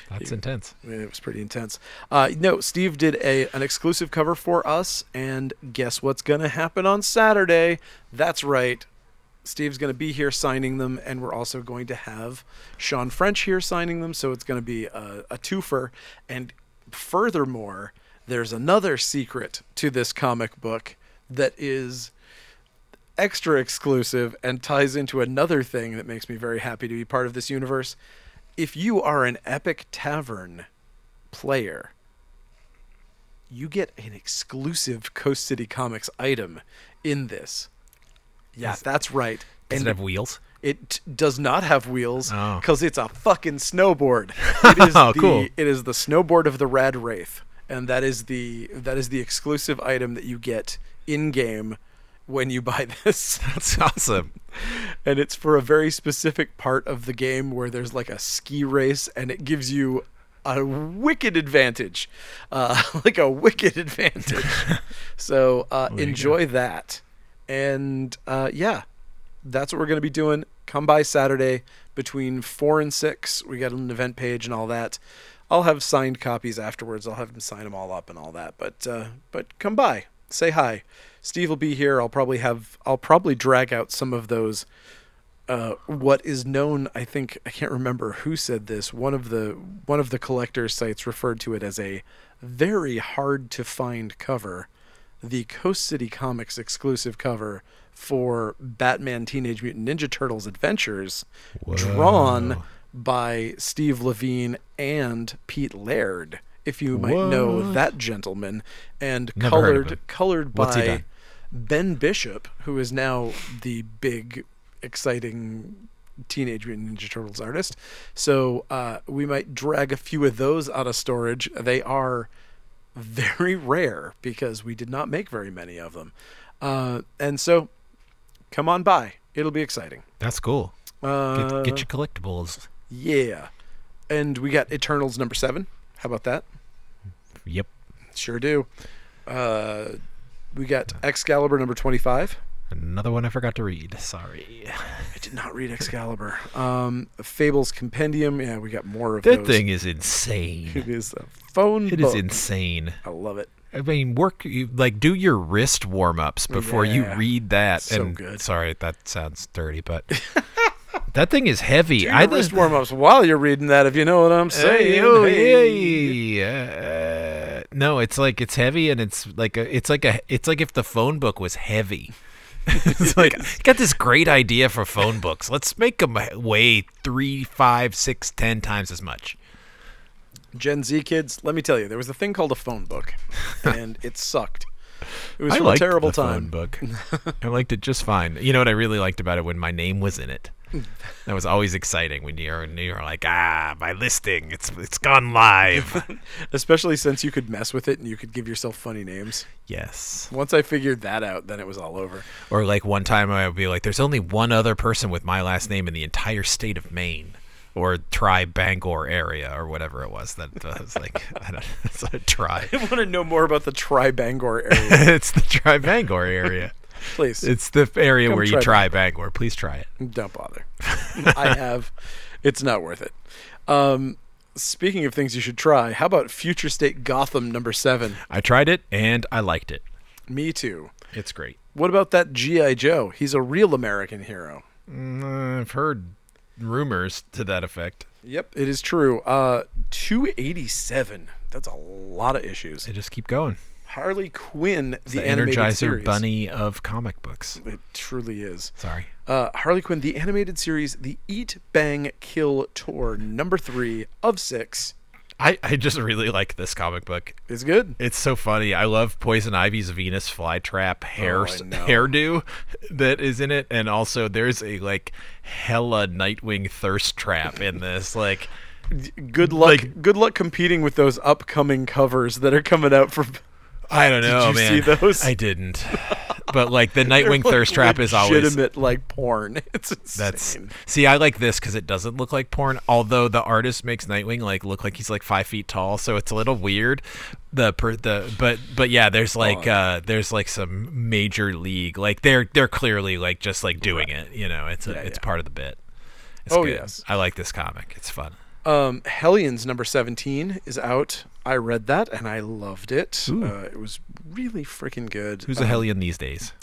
Speaker 2: that's intense.
Speaker 1: I mean, it was pretty intense. Uh, no, Steve did a an exclusive cover for us, and guess what's gonna happen on Saturday? That's right. Steve's going to be here signing them, and we're also going to have Sean French here signing them. So it's going to be a, a twofer. And furthermore, there's another secret to this comic book that is extra exclusive and ties into another thing that makes me very happy to be part of this universe. If you are an Epic Tavern player, you get an exclusive Coast City Comics item in this. Yeah,
Speaker 2: Is-
Speaker 1: that's right.
Speaker 2: Does
Speaker 1: and
Speaker 2: it have wheels?
Speaker 1: it t- does not have wheels
Speaker 2: Oh.
Speaker 1: because it's a fucking
Speaker 2: [laughs]
Speaker 1: snowboard. It is
Speaker 2: Oh,
Speaker 1: the,
Speaker 2: cool.
Speaker 1: It is the snowboard of the Rad Wraith, and that is the that is the exclusive item that you get in game when you buy [laughs] this.
Speaker 2: [laughs] That's awesome.
Speaker 1: [laughs] and it's for a very specific part of the game where there's like a ski race, and it gives you a wicked advantage, uh, [laughs] like a wicked
Speaker 2: [laughs]
Speaker 1: advantage. so uh,
Speaker 2: you go.
Speaker 1: enjoy that, and uh, yeah, that's what we're going to be doing. Come by Saturday between four and six. We got an event page and all that. I'll have signed copies afterwards. I'll have them sign them all up and all that. But uh, but come by, say hi. Steve will be here. I'll probably have I'll probably drag out some of those. Uh, what is known, I think I can't remember who said this. One of the one of the collector sites referred to it as a very hard to find cover the Coast City Comics exclusive cover for Batman Teenage Mutant Ninja Turtles Adventures, drawn
Speaker 2: Whoa.
Speaker 1: by Steve Levine and Pete Laird, if you might know
Speaker 2: What?
Speaker 1: that gentleman, and
Speaker 2: Never heard of
Speaker 1: colored
Speaker 2: him.
Speaker 1: colored
Speaker 2: What's he
Speaker 1: by
Speaker 2: done?
Speaker 1: Ben Bishop, who is now the big, exciting Teenage Mutant Ninja Turtles artist. So uh, we might drag a few of those out of storage. They are very [laughs] rare because we did not make very many of them. Uh, and so come on by. It'll be exciting.
Speaker 2: That's cool.
Speaker 1: Uh,
Speaker 2: Get, get your collectibles.
Speaker 1: Yeah. And we got Eternals number seven. How about that?
Speaker 2: Yep.
Speaker 1: Sure do. Uh, we got Excalibur number 25.
Speaker 2: Another one I forgot to read. Sorry.
Speaker 1: I did not read Excalibur. Um, Fables Compendium. Yeah, we got more of
Speaker 2: That
Speaker 1: those.
Speaker 2: thing is insane.
Speaker 1: It is a phone
Speaker 2: It
Speaker 1: book.
Speaker 2: is insane.
Speaker 1: I love it.
Speaker 2: I mean, work you- like do your wrist warm ups before
Speaker 1: Yeah.
Speaker 2: you read that.
Speaker 1: So
Speaker 2: and
Speaker 1: good.
Speaker 2: sorry, that sounds dirty,
Speaker 1: [laughs]
Speaker 2: but that thing is heavy.
Speaker 1: Do your wrist warm ups while you're reading that, if you know what I'm saying.
Speaker 2: Hey, oh,
Speaker 1: Hey.
Speaker 2: yeah. Uh, no, it's like it's heavy, and it's like a, it's like a, it's like if the phone book was heavy. [laughs]
Speaker 1: [laughs]
Speaker 2: it's like I got this great idea for phone books. Let's make them weigh three, five, six, ten times as much.
Speaker 1: Gen Z kids, let me tell you, there was a thing called a phone
Speaker 2: [laughs]
Speaker 1: book, and it sucked. It was
Speaker 2: I
Speaker 1: from a
Speaker 2: liked
Speaker 1: terrible
Speaker 2: the
Speaker 1: time.
Speaker 2: phone
Speaker 1: [laughs]
Speaker 2: book. I liked it just fine. You know what I really liked about it when my name was in it. That was always exciting when you're when you're like ah my listing it's it's
Speaker 1: [laughs]
Speaker 2: gone live.
Speaker 1: Especially since you could mess with it and you could give yourself funny names.
Speaker 2: yes.
Speaker 1: Once I figured that out, then it was all [laughs] over.
Speaker 2: Or like one time I would be like there's only one other person with my last name in the entire state of Maine or tribe Bangor area or whatever it was that I was like [laughs] I don't it's a tribe. [laughs]
Speaker 1: I want to know more about the Tri Bangor area,
Speaker 2: it's the tribe Bangor area.
Speaker 1: please.
Speaker 2: It's the area
Speaker 1: Come
Speaker 2: where you
Speaker 1: try
Speaker 2: try Bangor. Please try it.
Speaker 1: Don't bother. [laughs] I have. It's not worth it. Um, speaking of things you should try, how about Future State Gotham number seven?
Speaker 2: I tried it and I liked it.
Speaker 1: Me too.
Speaker 2: It's great.
Speaker 1: What about that G.I. Joe? He's a real American hero.
Speaker 2: Mm, I've heard rumors to that effect.
Speaker 1: Yep, it is true. Uh, 287. That's a lot of issues.
Speaker 2: They just keep going.
Speaker 1: Harley Quinn, the,
Speaker 2: The,
Speaker 1: animated
Speaker 2: Energizer
Speaker 1: series.
Speaker 2: Bunny of comic books.
Speaker 1: It truly is.
Speaker 2: Sorry.
Speaker 1: Uh, Harley Quinn, the animated series, the Eat, Bang, Kill tour, number three of six,
Speaker 2: I, I just really like this comic book.
Speaker 1: is good.
Speaker 2: It's so funny. I love Poison Ivy's Venus flytrap hair
Speaker 1: Oh, I know.
Speaker 2: hairdo that is in it, and also there's a like hella Nightwing thirst trap in this. Like,
Speaker 1: Good luck.
Speaker 2: Like-
Speaker 1: good luck competing with those upcoming covers that are coming out from.
Speaker 2: I don't know,
Speaker 1: you
Speaker 2: man.
Speaker 1: see those?
Speaker 2: I didn't. but
Speaker 1: [laughs]
Speaker 2: like the Nightwing thirst trap is always
Speaker 1: legitimate, like porn. [laughs] It's insane.
Speaker 2: That's see, I like this because it doesn't look like porn. Although the artist makes Nightwing like look like he's like five feet tall, so it's a little weird. The per, the but but yeah, there's like uh there's like some major league like they're they're clearly like just like doing it. You know, it's a, it's
Speaker 1: yeah.
Speaker 2: part of the bit. It's
Speaker 1: Oh,
Speaker 2: good.
Speaker 1: yes.
Speaker 2: I like this comic. It's fun.
Speaker 1: Um, Hellions number 17 is out. I read that and I loved it. Uh, it was really freaking good.
Speaker 2: Who's
Speaker 1: Uh,
Speaker 2: a hellion these days?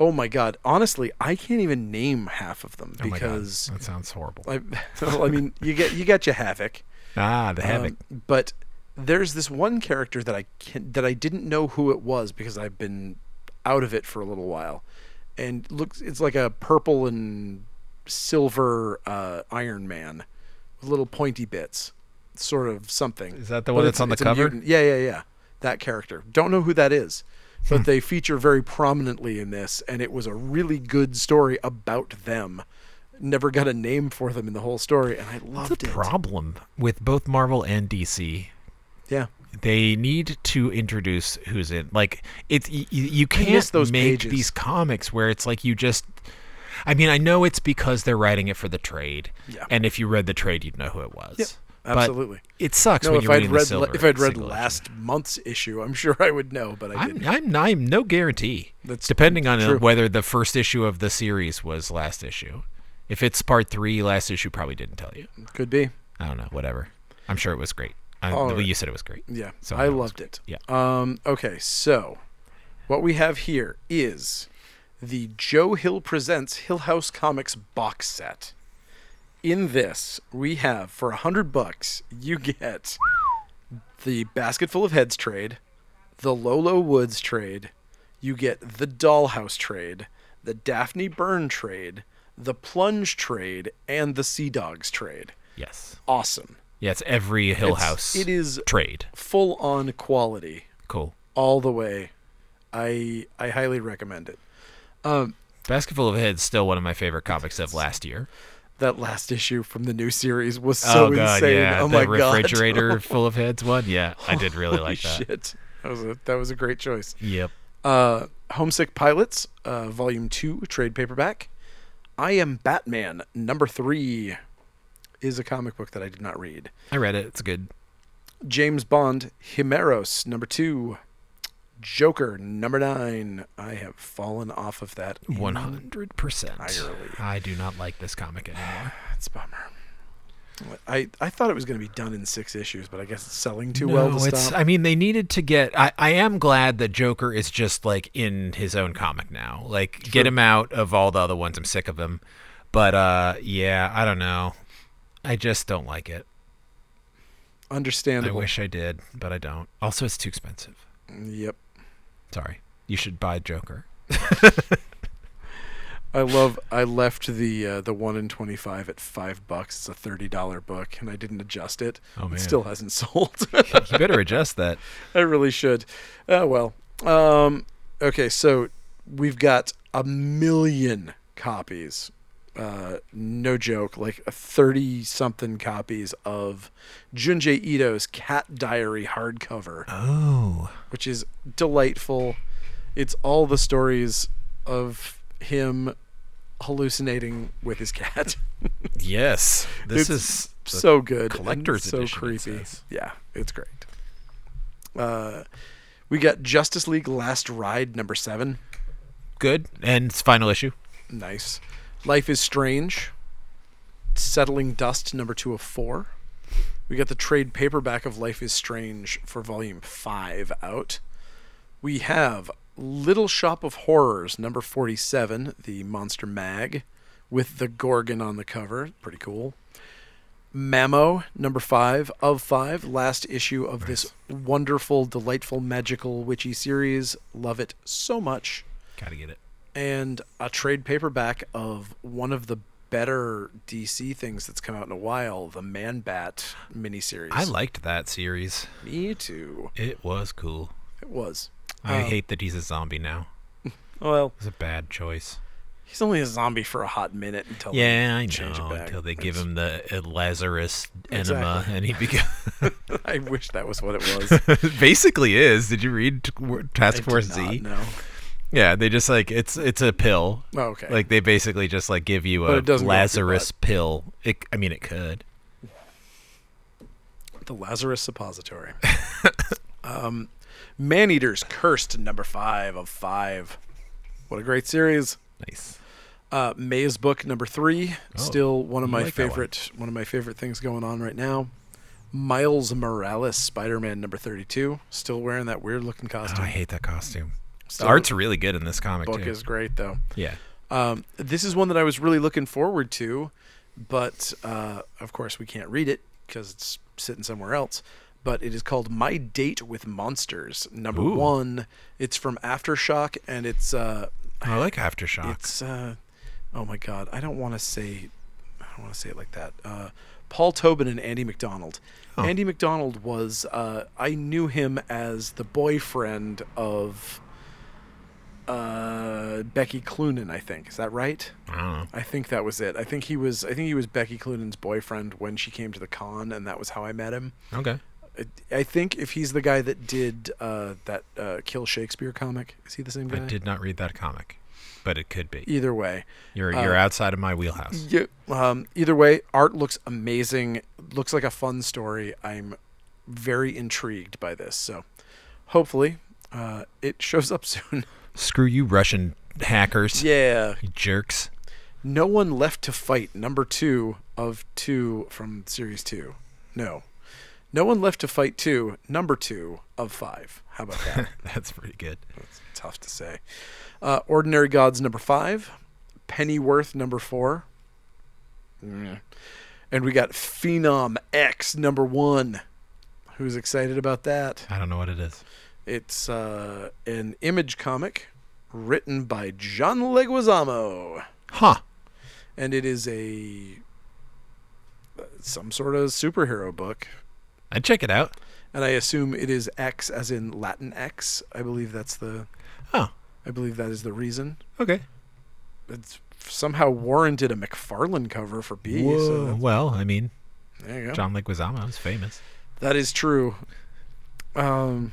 Speaker 1: oh my god. Honestly, I can't even name half of them
Speaker 2: Oh my god,
Speaker 1: because
Speaker 2: that sounds horrible.
Speaker 1: I, [laughs] well, I mean, you get you got your havoc.
Speaker 2: ah, the havoc.
Speaker 1: Um, but there's this one character that I can that I didn't know who it was because I've been out of it for a little while, and looks it's like a purple and silver uh, Iron Man, with little pointy bits, sort of something.
Speaker 2: Is that the
Speaker 1: But
Speaker 2: one that's
Speaker 1: it's-
Speaker 2: on the
Speaker 1: it's a
Speaker 2: cover?
Speaker 1: mutant. Yeah, yeah, yeah. That character. Don't know who that is,
Speaker 2: [laughs]
Speaker 1: but they feature very prominently in this, and it was a really good story about them. Never got a name for them in the whole story, and I
Speaker 2: That's
Speaker 1: loved
Speaker 2: the
Speaker 1: it.
Speaker 2: problem with both Marvel and DC.
Speaker 1: yeah.
Speaker 2: they need to introduce who's in like it's you, you
Speaker 1: miss
Speaker 2: can't
Speaker 1: those
Speaker 2: make
Speaker 1: pages.
Speaker 2: these comics where it's like you just i mean i know it's because they're writing it for the trade
Speaker 1: Yeah.
Speaker 2: and if you read the trade you'd know who it was
Speaker 1: Yep,
Speaker 2: But
Speaker 1: absolutely.
Speaker 2: it sucks
Speaker 1: No,
Speaker 2: when
Speaker 1: if
Speaker 2: you're
Speaker 1: I'd,
Speaker 2: reading the
Speaker 1: read, la-
Speaker 2: silver
Speaker 1: if I'd read
Speaker 2: single issue.
Speaker 1: last month's issue, I'm sure I would know, but I didn't.
Speaker 2: I'm, I'm I'm no guarantee
Speaker 1: That's
Speaker 2: depending on uh,
Speaker 1: true.
Speaker 2: whether the first issue of the series was last issue if it's part three last issue probably didn't tell you
Speaker 1: Could be.
Speaker 2: i don't know whatever i'm sure it was great I,
Speaker 1: All
Speaker 2: well,
Speaker 1: right.
Speaker 2: you said it was great
Speaker 1: Yeah.
Speaker 2: So
Speaker 1: I
Speaker 2: that was
Speaker 1: loved it.
Speaker 2: Yeah.
Speaker 1: Um, okay, so what we have here is the Joe Hill Presents Hill House Comics box set. In this, we have for a hundred bucks, you [laughs] get the Basketful of Heads trade, the Lolo Woods trade, you get the Dollhouse trade, the Daphne Byrne trade, the Plunge trade, and the Sea Dogs trade.
Speaker 2: yes
Speaker 1: Awesome.
Speaker 2: yeah it's every hill
Speaker 1: It's-
Speaker 2: house
Speaker 1: It is
Speaker 2: trade
Speaker 1: full on quality
Speaker 2: cool
Speaker 1: all the way. I I highly recommend it.
Speaker 2: Basketful of Heads still one of my favorite comics of last year.
Speaker 1: that last issue from the new series was so insane.
Speaker 2: yeah,
Speaker 1: oh
Speaker 2: the
Speaker 1: my
Speaker 2: refrigerator
Speaker 1: [laughs] god.
Speaker 2: full of heads one. Yeah, I did
Speaker 1: [laughs]
Speaker 2: really
Speaker 1: Holy
Speaker 2: like that.
Speaker 1: Shit. That was a that was a great choice.
Speaker 2: Yep.
Speaker 1: Uh Homesick Pilots, uh volume 2 trade paperback. I Am Batman number 3 is a comic book that I did not read.
Speaker 2: I read it. It's good.
Speaker 1: James Bond, Himeros, number two. Joker, number nine. I have fallen off of that.
Speaker 2: One hundred percent.
Speaker 1: Entirely.
Speaker 2: I do not like this comic anymore.
Speaker 1: That's a bummer. I, I thought it was going to be done in six issues, but I guess it's selling too well to
Speaker 2: No, it's.
Speaker 1: stop.
Speaker 2: I mean, they needed to get. I, I am glad that Joker is just like in his own comic now. Like, get him out of all the other ones. I'm sick of him. But uh, yeah, I don't know. I just don't like it. I
Speaker 1: Understandable.
Speaker 2: wish I did, but I don't. Also, it's too expensive.
Speaker 1: Yep.
Speaker 2: Sorry. You should buy Joker.
Speaker 1: I love. I left the uh, the one in twenty five at five bucks. It's a thirty dollar book, and I didn't adjust it.
Speaker 2: Oh, man.
Speaker 1: It
Speaker 2: [laughs]
Speaker 1: still hasn't [laughs] sold.
Speaker 2: You better adjust that.
Speaker 1: I really should. Oh well. Um, okay, so we've got a million copies. Uh, no joke, like thirty something copies of Junji Ito's Cat Diary hardcover,
Speaker 2: Oh.
Speaker 1: which is delightful. It's all the stories of him hallucinating with his cat. [laughs]
Speaker 2: Yes. This
Speaker 1: It's
Speaker 2: is [laughs] the-
Speaker 1: so good, and
Speaker 2: collector's
Speaker 1: so
Speaker 2: edition, it
Speaker 1: creepy.
Speaker 2: says.
Speaker 1: Yeah, it's great. Uh, we got Justice League Last Ride number seven.
Speaker 2: good. And it's final issue.
Speaker 1: Nice. Life is Strange. Settling Dust number two of four. We got the trade paperback of Life is Strange for volume five out. We have Little Shop of Horrors number 47, the Monster Mag, with the Gorgon on the cover. Pretty cool. Mammo number five of five, last issue of this wonderful, delightful, magical, witchy series. Love it so much
Speaker 2: Gotta get it.
Speaker 1: and a trade paperback of one of the better DC things that's come out in a while, the Man Bat miniseries.
Speaker 2: I liked that series.
Speaker 1: me too.
Speaker 2: It was cool.
Speaker 1: It was.
Speaker 2: I
Speaker 1: Um,
Speaker 2: hate that he's a zombie now.
Speaker 1: Well,
Speaker 2: It's a bad choice.
Speaker 1: he's only a zombie for a hot minute until
Speaker 2: Yeah, I
Speaker 1: change it
Speaker 2: know.
Speaker 1: back.
Speaker 2: Until they give him the uh, Lazarus enema,
Speaker 1: Exactly.
Speaker 2: and [laughs] he becomes
Speaker 1: [laughs] I wish that was what it
Speaker 2: [laughs]
Speaker 1: was.
Speaker 2: basically is. Did you read T- Wor- Task Force Z?
Speaker 1: No.
Speaker 2: Yeah, they just like it's it's a pill.
Speaker 1: Oh, okay.
Speaker 2: Like they basically just like give you
Speaker 1: But
Speaker 2: a
Speaker 1: it doesn't go up your
Speaker 2: Lazarus pill. It, I mean, it could.
Speaker 1: the Lazarus Suppository. [laughs] um, Man Eaters Cursed number five of five. What a great series.
Speaker 2: Nice.
Speaker 1: Uh, May's book number three,
Speaker 2: Oh,
Speaker 1: still one of
Speaker 2: you
Speaker 1: my
Speaker 2: like that one.
Speaker 1: favorite, one. of my favorite things going on right now. Miles Morales, Spider-Man number thirty-two, still wearing that weird-looking
Speaker 2: Oh, I
Speaker 1: costume.
Speaker 2: hate that costume.
Speaker 1: Still-
Speaker 2: Art's really good in this comic
Speaker 1: book
Speaker 2: too.
Speaker 1: is great though.
Speaker 2: yeah.
Speaker 1: Um, this is one that I was really looking forward to, but uh, of course we can't read it because it's sitting somewhere else. But it is called My Date with Monsters, number
Speaker 2: Ooh.
Speaker 1: one. It's from AfterShock, and it's uh,
Speaker 2: Oh, I like Aftershock.
Speaker 1: It's uh, oh my god, I don't want to say, I don't want to say it like that. Uh, Paul Tobin and Andy McDonald. Andy McDonald was uh, I knew him as the boyfriend of uh, Becky Cloonan. I think is that right?
Speaker 2: I don't know.
Speaker 1: I think that was it. I think he was. I think he was Becky Cloonan's boyfriend when she came to the con, and that was how I met him.
Speaker 2: Okay.
Speaker 1: I- I think if he's the guy that did uh, that uh, Kill Shakespeare comic, is he the same
Speaker 2: I
Speaker 1: guy?
Speaker 2: did not read that comic, but it could be.
Speaker 1: Either way,
Speaker 2: You're
Speaker 1: uh,
Speaker 2: you're outside of my wheelhouse.
Speaker 1: Yeah. Um, either way, art looks amazing. Looks like a fun story. I'm very intrigued by this. So hopefully uh, it shows up [laughs] soon.
Speaker 2: Screw you, Russian hackers.
Speaker 1: yeah.
Speaker 2: You jerks. [laughs]
Speaker 1: No One Left to Fight, number two of two from series two. No. No One Left to Fight two, number two of five. How about that?
Speaker 2: That's pretty good.
Speaker 1: It's tough to say. Uh, Ordinary Gods number five, Pennyworth number four, Mm. and we got Phenom X number one. Who's excited about that?
Speaker 2: I don't know what it is.
Speaker 1: It's uh, an image comic written by John Leguizamo,
Speaker 2: Huh.
Speaker 1: and it is a some sort of superhero book.
Speaker 2: I'd check it out.
Speaker 1: And I assume it is X as in Latin X. I believe that's the
Speaker 2: Oh.
Speaker 1: I believe that is the reason.
Speaker 2: Okay.
Speaker 1: it's somehow warranted a McFarlane cover for B. So
Speaker 2: Whoa.
Speaker 1: that's-
Speaker 2: well, I mean,
Speaker 1: there you go.
Speaker 2: John Leguizamo is famous.
Speaker 1: That is true. Um,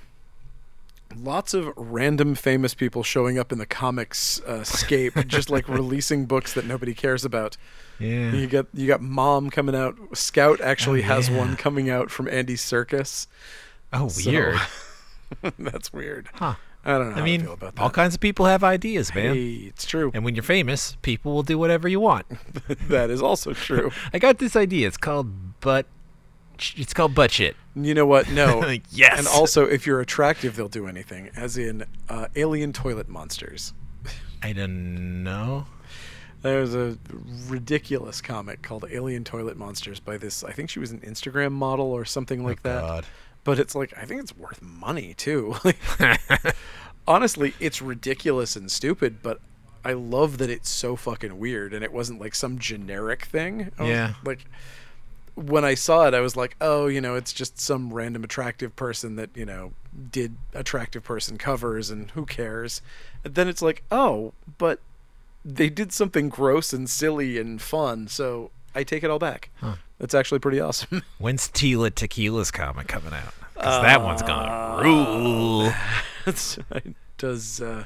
Speaker 1: lots of random famous people showing up in the comics uh,
Speaker 2: [laughs]
Speaker 1: scape, just like releasing books that nobody cares about.
Speaker 2: Yeah.
Speaker 1: You got you got Mom coming out. Scout actually
Speaker 2: Oh,
Speaker 1: has
Speaker 2: yeah.
Speaker 1: one coming out from Andy Circus.
Speaker 2: oh,
Speaker 1: So-
Speaker 2: weird.
Speaker 1: [laughs] That's weird.
Speaker 2: Huh.
Speaker 1: I don't know.
Speaker 2: I
Speaker 1: how
Speaker 2: mean,
Speaker 1: to feel about that.
Speaker 2: all kinds of people have ideas, man.
Speaker 1: Hey, it's true.
Speaker 2: And when you're famous, people will do whatever you want.
Speaker 1: [laughs] that is also
Speaker 2: [laughs]
Speaker 1: true.
Speaker 2: I got this idea. It's called butt. It's called butt shit.
Speaker 1: You know what? No.
Speaker 2: [laughs] Like, yes.
Speaker 1: Oh, And also, if you're attractive, they'll do anything, as in uh, alien toilet monsters.
Speaker 2: I don't know.
Speaker 1: There was a ridiculous comic called Alien Toilet Monsters by this, I think she was an Instagram model or something like that.
Speaker 2: Oh, God.
Speaker 1: But it's like, I think it's worth money too. [laughs] Like, Honestly, it's ridiculous and stupid, but I love that it's so fucking weird and it wasn't like some generic thing. I was-
Speaker 2: Yeah.
Speaker 1: Like, when I saw it, I was like, oh, you know, it's just some random attractive person that, you know, did attractive person covers and who cares. And then it's like, oh, but they did something gross and silly and fun. So I take it all back. That's actually pretty awesome. [laughs]
Speaker 2: When's Tila Tequila's comic coming out? Because
Speaker 1: Uh,
Speaker 2: that one's gonna rule.
Speaker 1: [laughs] That's- does uh,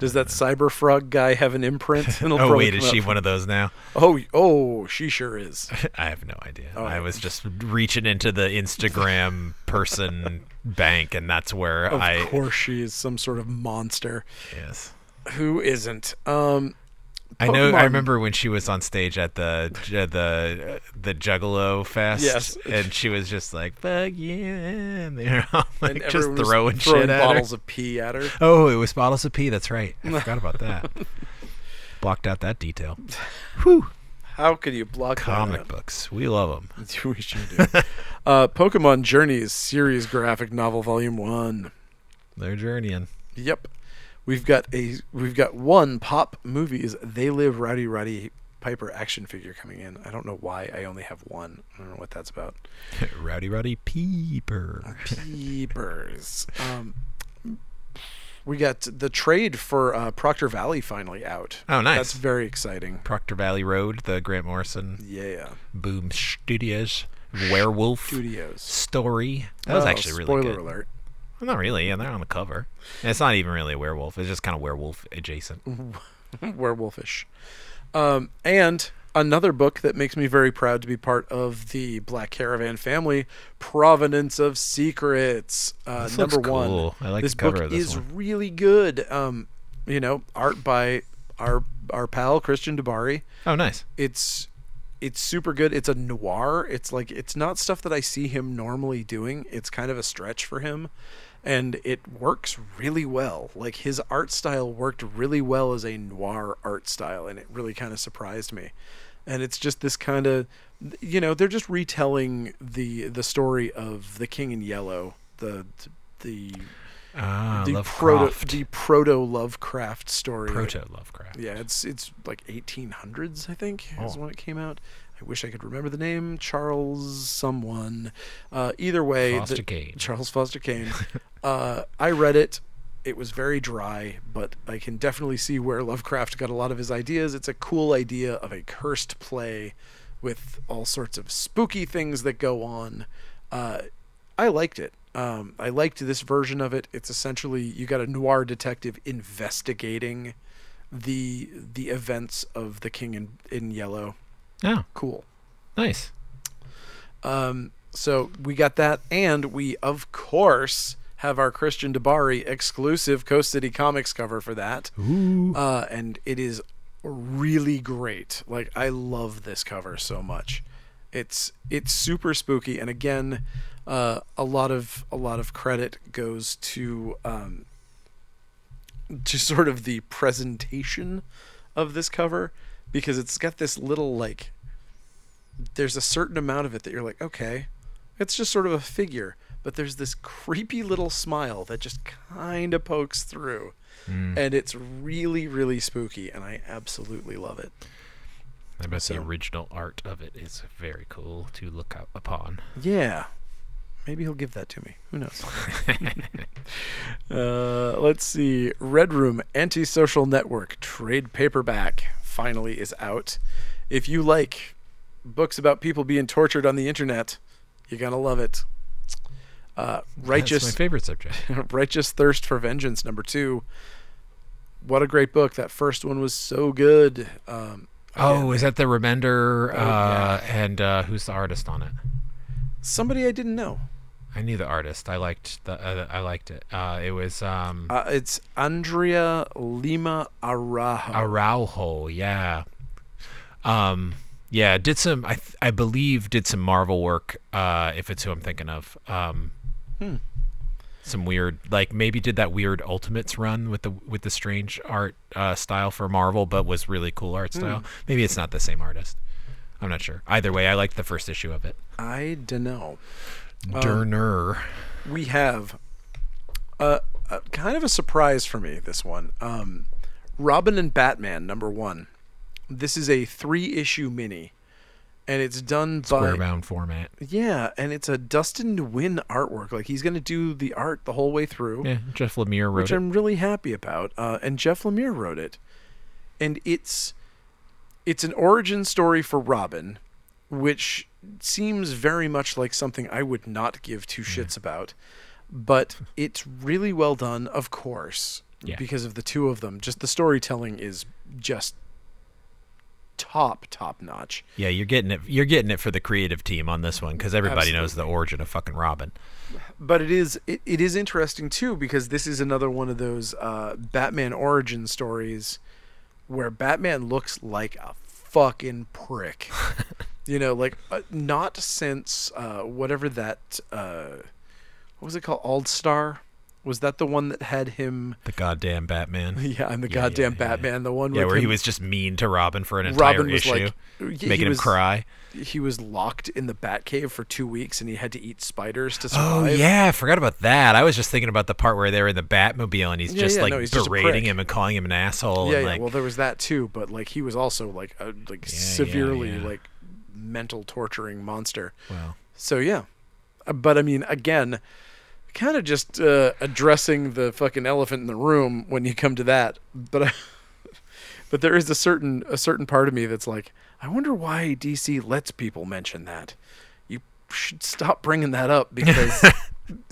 Speaker 1: does that cyber frog guy have an imprint?
Speaker 2: [laughs]
Speaker 1: It'll
Speaker 2: Oh
Speaker 1: probably
Speaker 2: wait, is
Speaker 1: come
Speaker 2: she
Speaker 1: up.
Speaker 2: one of those now? [laughs]
Speaker 1: Oh, oh, she sure is.
Speaker 2: I have no idea.
Speaker 1: yeah.
Speaker 2: I was just reaching into the Instagram person bank, and that's where
Speaker 1: Of
Speaker 2: I.
Speaker 1: course, she is some sort of monster.
Speaker 2: Yes.
Speaker 1: Who isn't?
Speaker 2: [laughs]
Speaker 1: Um,
Speaker 2: I know. I
Speaker 1: Pokemon-
Speaker 2: remember when she was on stage at the uh, the uh, the Juggalo Fest.
Speaker 1: Yes.
Speaker 2: and she was just like "fuck yeah," and they're all like
Speaker 1: and
Speaker 2: just
Speaker 1: everyone was
Speaker 2: throwing,
Speaker 1: throwing
Speaker 2: shit at her.
Speaker 1: bottles of pee at her.
Speaker 2: Oh, it was bottles of pee. That's right.
Speaker 1: [laughs]
Speaker 2: I forgot about that. Blocked out that detail. Whew.
Speaker 1: How could you block that [laughs]
Speaker 2: Comic
Speaker 1: out?
Speaker 2: books, we love them.
Speaker 1: we sure do. uh, Pokemon Journeys series graphic novel volume one.
Speaker 2: They're journeying. [laughs]
Speaker 1: Yep, we've got a we've got one pop movies. They live Rowdy Roddy Piper action figure coming in. I don't know why I only have one. I don't know what that's about.
Speaker 2: Rowdy, rowdy,
Speaker 1: [laughs]
Speaker 2: peeper.
Speaker 1: Peepers. um, we got the trade for uh, Proctor Valley finally out.
Speaker 2: Oh, nice.
Speaker 1: That's very exciting.
Speaker 2: Proctor Valley Road, the Grant Morrison
Speaker 1: Yeah,
Speaker 2: Boom Studios Werewolf
Speaker 1: studios.
Speaker 2: Story. That was
Speaker 1: Oh,
Speaker 2: actually really
Speaker 1: spoiler
Speaker 2: good.
Speaker 1: alert.
Speaker 2: Well, Not really, and they're on the cover. And it's not even really a werewolf. It's just kind of werewolf adjacent.
Speaker 1: [laughs] werewolfish. Um, and another book that makes me very proud to be part of the Black Caravan family, Provenance of Secrets. Uh,
Speaker 2: This looks
Speaker 1: number one.
Speaker 2: cool. I like
Speaker 1: this
Speaker 2: the cover
Speaker 1: book
Speaker 2: of this
Speaker 1: is
Speaker 2: one.
Speaker 1: really good. Um, you know, art by our our pal Christian Debari.
Speaker 2: Oh, nice.
Speaker 1: It's it's super good. It's a noir. It's like it's not stuff that I see him normally doing. It's kind of a stretch for him and it works really well. Like his art style worked really well as a noir art style and it really kind of surprised me. And it's just this kind of you know, they're just retelling the the story of The King in Yellow, the the
Speaker 2: Ah,
Speaker 1: the
Speaker 2: Lovecraft.
Speaker 1: proto the proto Lovecraft story.
Speaker 2: Proto Lovecraft.
Speaker 1: Yeah, it's it's like 1800s, I think, is
Speaker 2: Oh.
Speaker 1: when it came out. I wish I could remember the name, Charles someone. Uh, either way,
Speaker 2: Foster
Speaker 1: the-
Speaker 2: Kane.
Speaker 1: Charles Foster Kane. [laughs] uh, I read it. It was very dry, but I can definitely see where Lovecraft got a lot of his ideas. It's a cool idea of a cursed play with all sorts of spooky things that go on. Uh, I liked it. Um, I liked this version of it. It's essentially you got a noir detective investigating the the events of the King in, in Yellow.
Speaker 2: Oh,
Speaker 1: Cool.
Speaker 2: nice.
Speaker 1: Um, so we got that, and we of course have our Christian Debari exclusive Coast City Comics cover for that,
Speaker 2: Ooh.
Speaker 1: uh, and it is really great. Like I love this cover so much. It's it's super spooky, and again, uh, a lot of a lot of credit goes to um, to sort of the presentation of this cover because it's got this little like there's a certain amount of it that you're like, okay, it's just sort of a figure, but there's this creepy little smile that just kind of pokes through. And it's really, really spooky, and I absolutely love it.
Speaker 2: I bet
Speaker 1: so-
Speaker 2: the original art of it is very cool to look out upon.
Speaker 1: Yeah. Maybe he'll give that to me. Who knows? [laughs] uh, let's see. Red Room Antisocial Network Trade Paperback. finally is out. If you like books about people being tortured on the internet, you're gonna love it. Uh,
Speaker 2: That's
Speaker 1: righteous,
Speaker 2: my favorite subject.
Speaker 1: [laughs] righteous thirst for vengeance. Number two. What a great book! That first one was so good. Um,
Speaker 2: Oh, is that the Remender?
Speaker 1: yeah.
Speaker 2: uh, And uh, who's the artist on it?
Speaker 1: somebody I didn't know.
Speaker 2: I knew the artist. I liked the. Uh, I liked it. Uh, it was um,
Speaker 1: Uh, it's Andrea Lima Araujo.
Speaker 2: Araujo. Yeah. Um, yeah. Did some. I th- I believe did some Marvel work. Uh, if it's who I'm thinking of. Um, Some weird, like maybe did that weird Ultimates run with the with the strange art uh, style for Marvel, but was really cool art style. Maybe it's not the same artist. I'm not sure. Either way, I liked the first issue of it.
Speaker 1: I don't know.
Speaker 2: Derner.
Speaker 1: we have a, a kind of a surprise for me this one um, robin and batman number one this is a three issue mini and it's done by
Speaker 2: square bound format.
Speaker 1: yeah and it's a dustin nguyen artwork like he's gonna do the art the whole way through
Speaker 2: Yeah, Jeff Lemire wrote
Speaker 1: which
Speaker 2: it.
Speaker 1: i'm really happy about uh, and jeff lemire wrote it and it's it's an origin story for robin which seems very much like something i would not give two
Speaker 2: Mm-hmm.
Speaker 1: shits about but it's really well done, of course,
Speaker 2: Yeah.
Speaker 1: because of the two of them. Just the storytelling is just top top notch.
Speaker 2: Yeah, you're getting it. You're getting it for the creative team on this one because everybody knows the origin of fucking Robin.
Speaker 1: But it is it, it is interesting too because this is another one of those uh, Batman origin stories where Batman looks like a fucking prick.
Speaker 2: [laughs]
Speaker 1: you know, like uh, not since uh, whatever that uh, what was it called? All Star. Was that the one that had him?
Speaker 2: The goddamn Batman.
Speaker 1: Yeah, I'm the
Speaker 2: [laughs] Yeah, yeah,
Speaker 1: goddamn
Speaker 2: yeah.
Speaker 1: Batman. The one
Speaker 2: Yeah,
Speaker 1: with
Speaker 2: where he
Speaker 1: him-
Speaker 2: was just mean to Robin for an entire
Speaker 1: Robin was
Speaker 2: issue,
Speaker 1: like he
Speaker 2: making
Speaker 1: was-
Speaker 2: him cry.
Speaker 1: he was locked in the Batcave for two weeks and he had to eat spiders to
Speaker 2: Oh
Speaker 1: survive.
Speaker 2: yeah, I forgot about that. I was just thinking about the part where they were in the Batmobile and he's
Speaker 1: Yeah,
Speaker 2: just
Speaker 1: yeah,
Speaker 2: like
Speaker 1: no, he's just a
Speaker 2: berating
Speaker 1: prick.
Speaker 2: him and calling him an asshole.
Speaker 1: yeah,
Speaker 2: and
Speaker 1: yeah.
Speaker 2: like,
Speaker 1: well, there was that too, but like he was also like a, like
Speaker 2: Yeah, yeah,
Speaker 1: severely
Speaker 2: yeah.
Speaker 1: like mental torturing monster.
Speaker 2: well,
Speaker 1: So yeah, Uh, but I mean, again, kind of just uh, addressing the fucking elephant in the room when you come to that. But I, [laughs] but there is a certain a certain part of me that's like, I wonder why DC lets people mention that. You should stop bringing that up
Speaker 2: [laughs]
Speaker 1: because [laughs]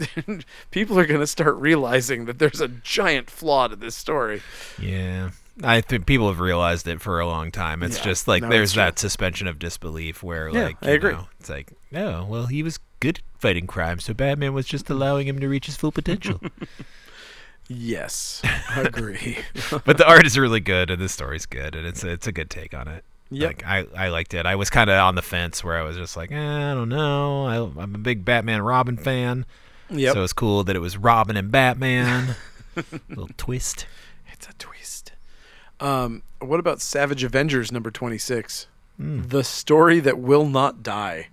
Speaker 1: people are going to start realizing that there's a giant flaw to this story.
Speaker 2: Yeah. I think people have realized it for a long time. It's
Speaker 1: Yeah.
Speaker 2: just like
Speaker 1: No,
Speaker 2: there's
Speaker 1: it's true.
Speaker 2: that suspension of disbelief where
Speaker 1: Yeah,
Speaker 2: like
Speaker 1: I
Speaker 2: you
Speaker 1: agree.
Speaker 2: know, it's like, no, well he was good at fighting crime, so Batman was just allowing him to reach his full potential.
Speaker 1: [laughs] Yes, agree.
Speaker 2: but the art is really good and the story's good and it's it's a good take on it.
Speaker 1: Yep.
Speaker 2: Like I, I liked it. I was kind of on the fence where I was just like, eh, I don't know. I, I'm a big Batman Robin fan,
Speaker 1: yep,
Speaker 2: so it's cool that it was Robin
Speaker 1: [laughs]
Speaker 2: and Batman. Little twist.
Speaker 1: it's a twist. Um, what about Savage Avengers number twenty six? The story that will not die.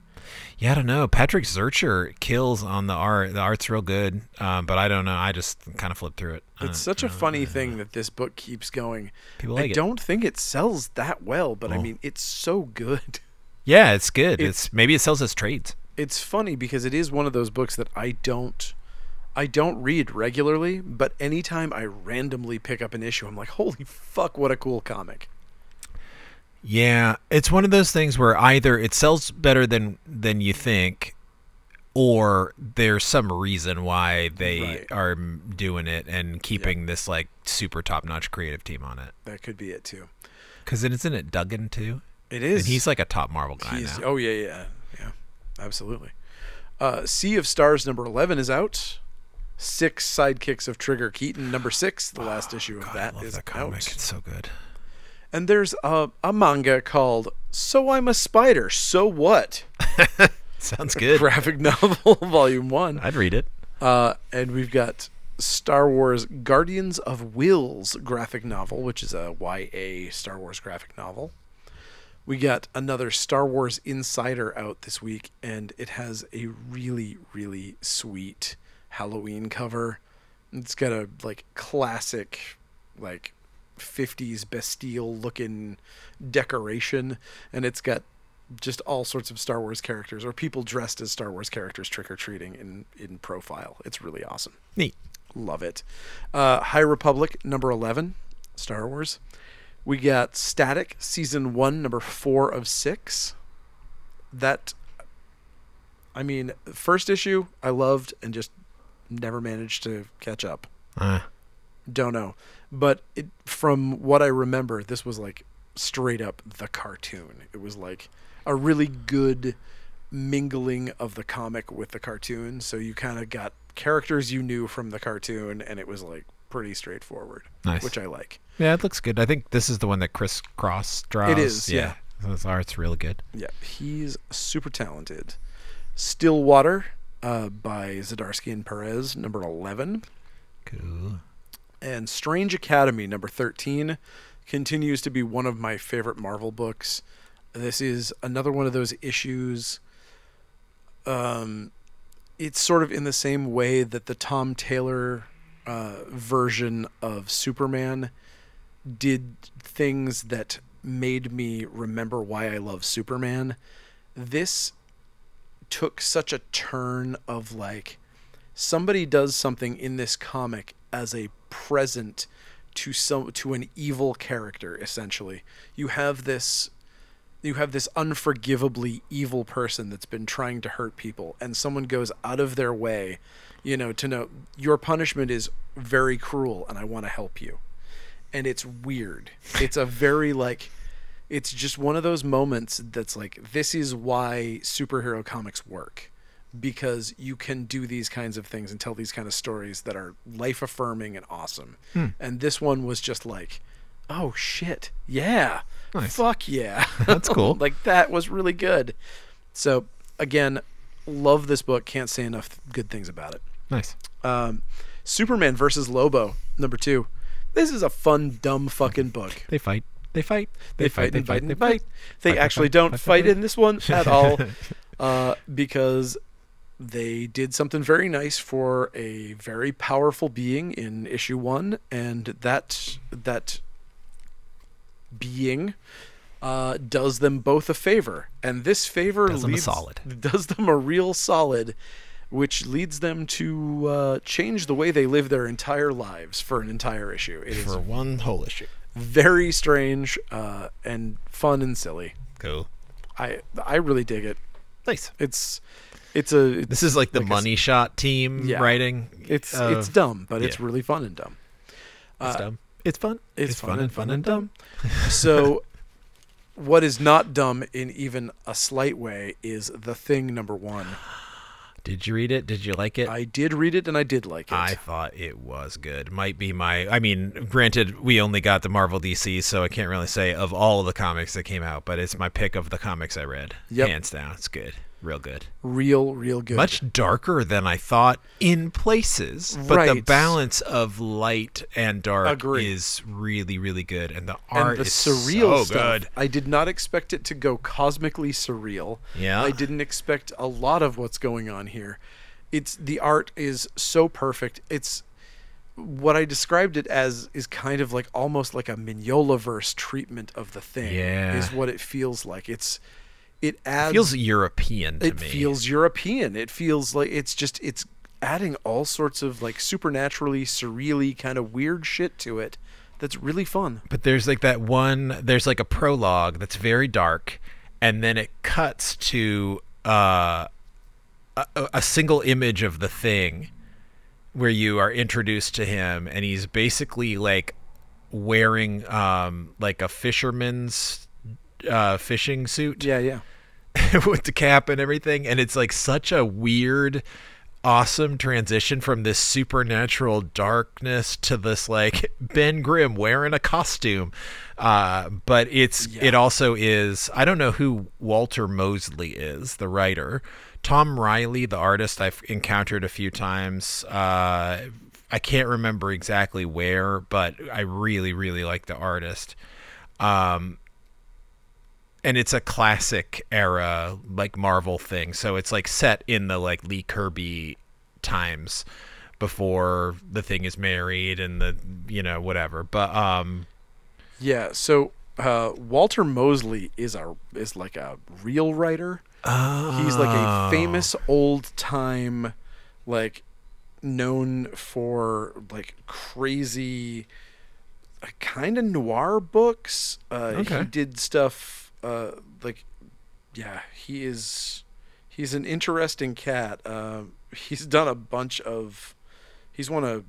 Speaker 2: Yeah, I don't know. Patrick Zercher kills on the art. The art's real good, um, but I don't know. I just kind of flipped through it. I
Speaker 1: It's
Speaker 2: don't-
Speaker 1: such a funny thing that this book keeps going.
Speaker 2: People
Speaker 1: I
Speaker 2: like it.
Speaker 1: don't think it Oh. sells that well, but I mean, it's so good. [laughs]
Speaker 2: yeah, it's good. It's, maybe it sells as trades.
Speaker 1: It's funny because it is one of those books that I don't I don't read regularly, but anytime I randomly pick up an issue, I'm like, "Holy fuck, what a cool comic."
Speaker 2: Yeah, it's one of those things where either it sells better than than you think, or there's some reason why they
Speaker 1: Right.
Speaker 2: are m- doing it and keeping this like super top notch creative team on it.
Speaker 1: That could be it too.
Speaker 2: Because isn't it Duggan too?
Speaker 1: It is.
Speaker 2: And he's like a top Marvel guy
Speaker 1: He's-
Speaker 2: now.
Speaker 1: oh yeah, yeah, yeah, absolutely. Uh, sea of Stars number eleven is out. Six sidekicks of Trigger Keaton number six. The last issue of
Speaker 2: God, I
Speaker 1: that
Speaker 2: love
Speaker 1: is
Speaker 2: that Oh, comic.
Speaker 1: out.
Speaker 2: It's
Speaker 1: [laughs]
Speaker 2: so good.
Speaker 1: And there's a, a manga called "So I'm a Spider, So What" [laughs]
Speaker 2: Sounds good.
Speaker 1: graphic novel [laughs] volume one.
Speaker 2: I'd read it.
Speaker 1: Uh, and we've got Star Wars Guardians of Wills graphic novel, which is a YA Star Wars graphic novel. We got another Star Wars Insider out this week, and it has a really, really sweet Halloween cover. It's got a like classic, like 50s Bastille looking decoration, and it's got just all sorts of Star Wars characters or people dressed as Star Wars characters trick or treating in, in profile. It's really awesome.
Speaker 2: Neat.
Speaker 1: Love it. Uh, High Republic number 11, Star Wars. We got Static season one, number four of six. That, I mean, first issue I loved and just never managed to catch up.
Speaker 2: Uh,
Speaker 1: Don't know, but it, from what I remember, this was like straight up the cartoon. It was like a really good mingling of the comic with the cartoon. So you kind of got characters you knew from the cartoon, and it was like pretty straightforward,
Speaker 2: Nice.
Speaker 1: which I like.
Speaker 2: yeah, it looks good. I think this is the one that Chris Cross draws.
Speaker 1: is, yeah.
Speaker 2: So His art's really good.
Speaker 1: Yeah, he's super talented. Stillwater uh, by Zadarsky and Perez, number 11.
Speaker 2: Cool.
Speaker 1: And Strange Academy, number 13, continues to be one of my favorite Marvel books. This is another one of those issues. Um, it's sort of in the same way that the Tom Taylor uh, version of Superman did things that made me remember why I love Superman. This took such a turn of like somebody does something in this comic as a present to some to an evil character essentially. You have this you have this unforgivably evil person that's been trying to hurt people and someone goes out of their way, you know, to know your punishment is very cruel and I want to help you and it's weird. It's a very like it's just one of those moments that's like this is why superhero comics work because you can do these kinds of things and tell these kind of stories that are life affirming and awesome. And this one was just like oh shit. Yeah.
Speaker 2: Nice.
Speaker 1: Fuck yeah. [laughs]
Speaker 2: That's cool.
Speaker 1: like that was really good. So again, love this book. Can't say enough good things about it.
Speaker 2: Nice.
Speaker 1: Um, Superman versus Lobo, number two. This is a fun, dumb fucking book.
Speaker 2: They fight. They fight.
Speaker 1: They, fight, and fight and fight. They
Speaker 2: Fight, fight,
Speaker 1: actually
Speaker 2: fight,
Speaker 1: don't
Speaker 2: fight,
Speaker 1: fight,
Speaker 2: fight, fight.
Speaker 1: in this one at
Speaker 2: [laughs]
Speaker 1: all uh, because they did something very nice for a very powerful being in issue one, and that that being uh, does them both a favor, and this favor
Speaker 2: Does them a
Speaker 1: leads- [laughs]
Speaker 2: solid.
Speaker 1: does them a real solid, which leads them to uh, change the way they live their entire lives for an entire issue. It is
Speaker 2: For one whole issue.
Speaker 1: very strange uh, and fun and silly.
Speaker 2: Cool.
Speaker 1: I I really dig it.
Speaker 2: Nice.
Speaker 1: It's it's a
Speaker 2: This is like the
Speaker 1: Like a s-
Speaker 2: money shot team
Speaker 1: Yeah.
Speaker 2: writing.
Speaker 1: it's
Speaker 2: of-
Speaker 1: it's dumb, but it's
Speaker 2: yeah.
Speaker 1: really fun and dumb.
Speaker 2: it's dumb. It's fun.
Speaker 1: It's, fun, and fun and dumb.
Speaker 2: [laughs]
Speaker 1: so what is not dumb in even a slight way is the thing number one.
Speaker 2: Did you read it? Did you like it?
Speaker 1: I did read it and I did like it.
Speaker 2: I thought it was good. Might be my. I mean, granted, we only got the Marvel DC, so I can't really say of all the comics that came out, but it's my pick of the comics I read.
Speaker 1: Yep.
Speaker 2: Hands down, it's good. Real good.
Speaker 1: real, real good.
Speaker 2: Much darker than I thought in places, but the
Speaker 1: Right.
Speaker 2: balance of light and dark
Speaker 1: Agree.
Speaker 2: is really, really good, and the
Speaker 1: and
Speaker 2: art
Speaker 1: the
Speaker 2: is
Speaker 1: surreal
Speaker 2: so
Speaker 1: stuff.
Speaker 2: good.
Speaker 1: I did not expect it to go cosmically surreal.
Speaker 2: Yeah.
Speaker 1: I didn't expect a lot of what's going on here. It's the art is so perfect. It's what I described it as is kind of like almost like a Mignola verse treatment of the thing.
Speaker 2: Yeah.
Speaker 1: Is what it feels like. It's it adds
Speaker 2: feels European to
Speaker 1: it
Speaker 2: me.
Speaker 1: feels European. It feels like it's just it's adding all sorts of like supernaturally, surreally kind of weird shit to it that's really fun.
Speaker 2: But there's like that one. There's like a prologue that's very dark, and then it cuts to uh, a, a- a single image of the thing, where you are introduced to him, and he's basically like wearing um, like a fisherman's uh, fishing suit
Speaker 1: Yeah, yeah.
Speaker 2: [laughs] with the cap and everything, and it's like such a weird. Awesome transition from this supernatural darkness to this like [laughs] Ben Grimm wearing a costume, uh, but it's it also is I don't know who Walter Mosley is the writer, Tom Riley the artist I've encountered a few times. Uh, I can't remember exactly where, but I really really like the artist. Um, and it's a classic era like Marvel thing. So it's like set in the like Lee Kirby times before the thing is married and the you know whatever. But um
Speaker 1: Yeah, so uh, Walter Mosley is a is like a real writer. He's like a famous old time, like known for like crazy kind of noir books. Uh,
Speaker 2: Okay.
Speaker 1: He did stuff uh, like, yeah, he is he's an interesting cat. Uh, he's done a bunch of he's won a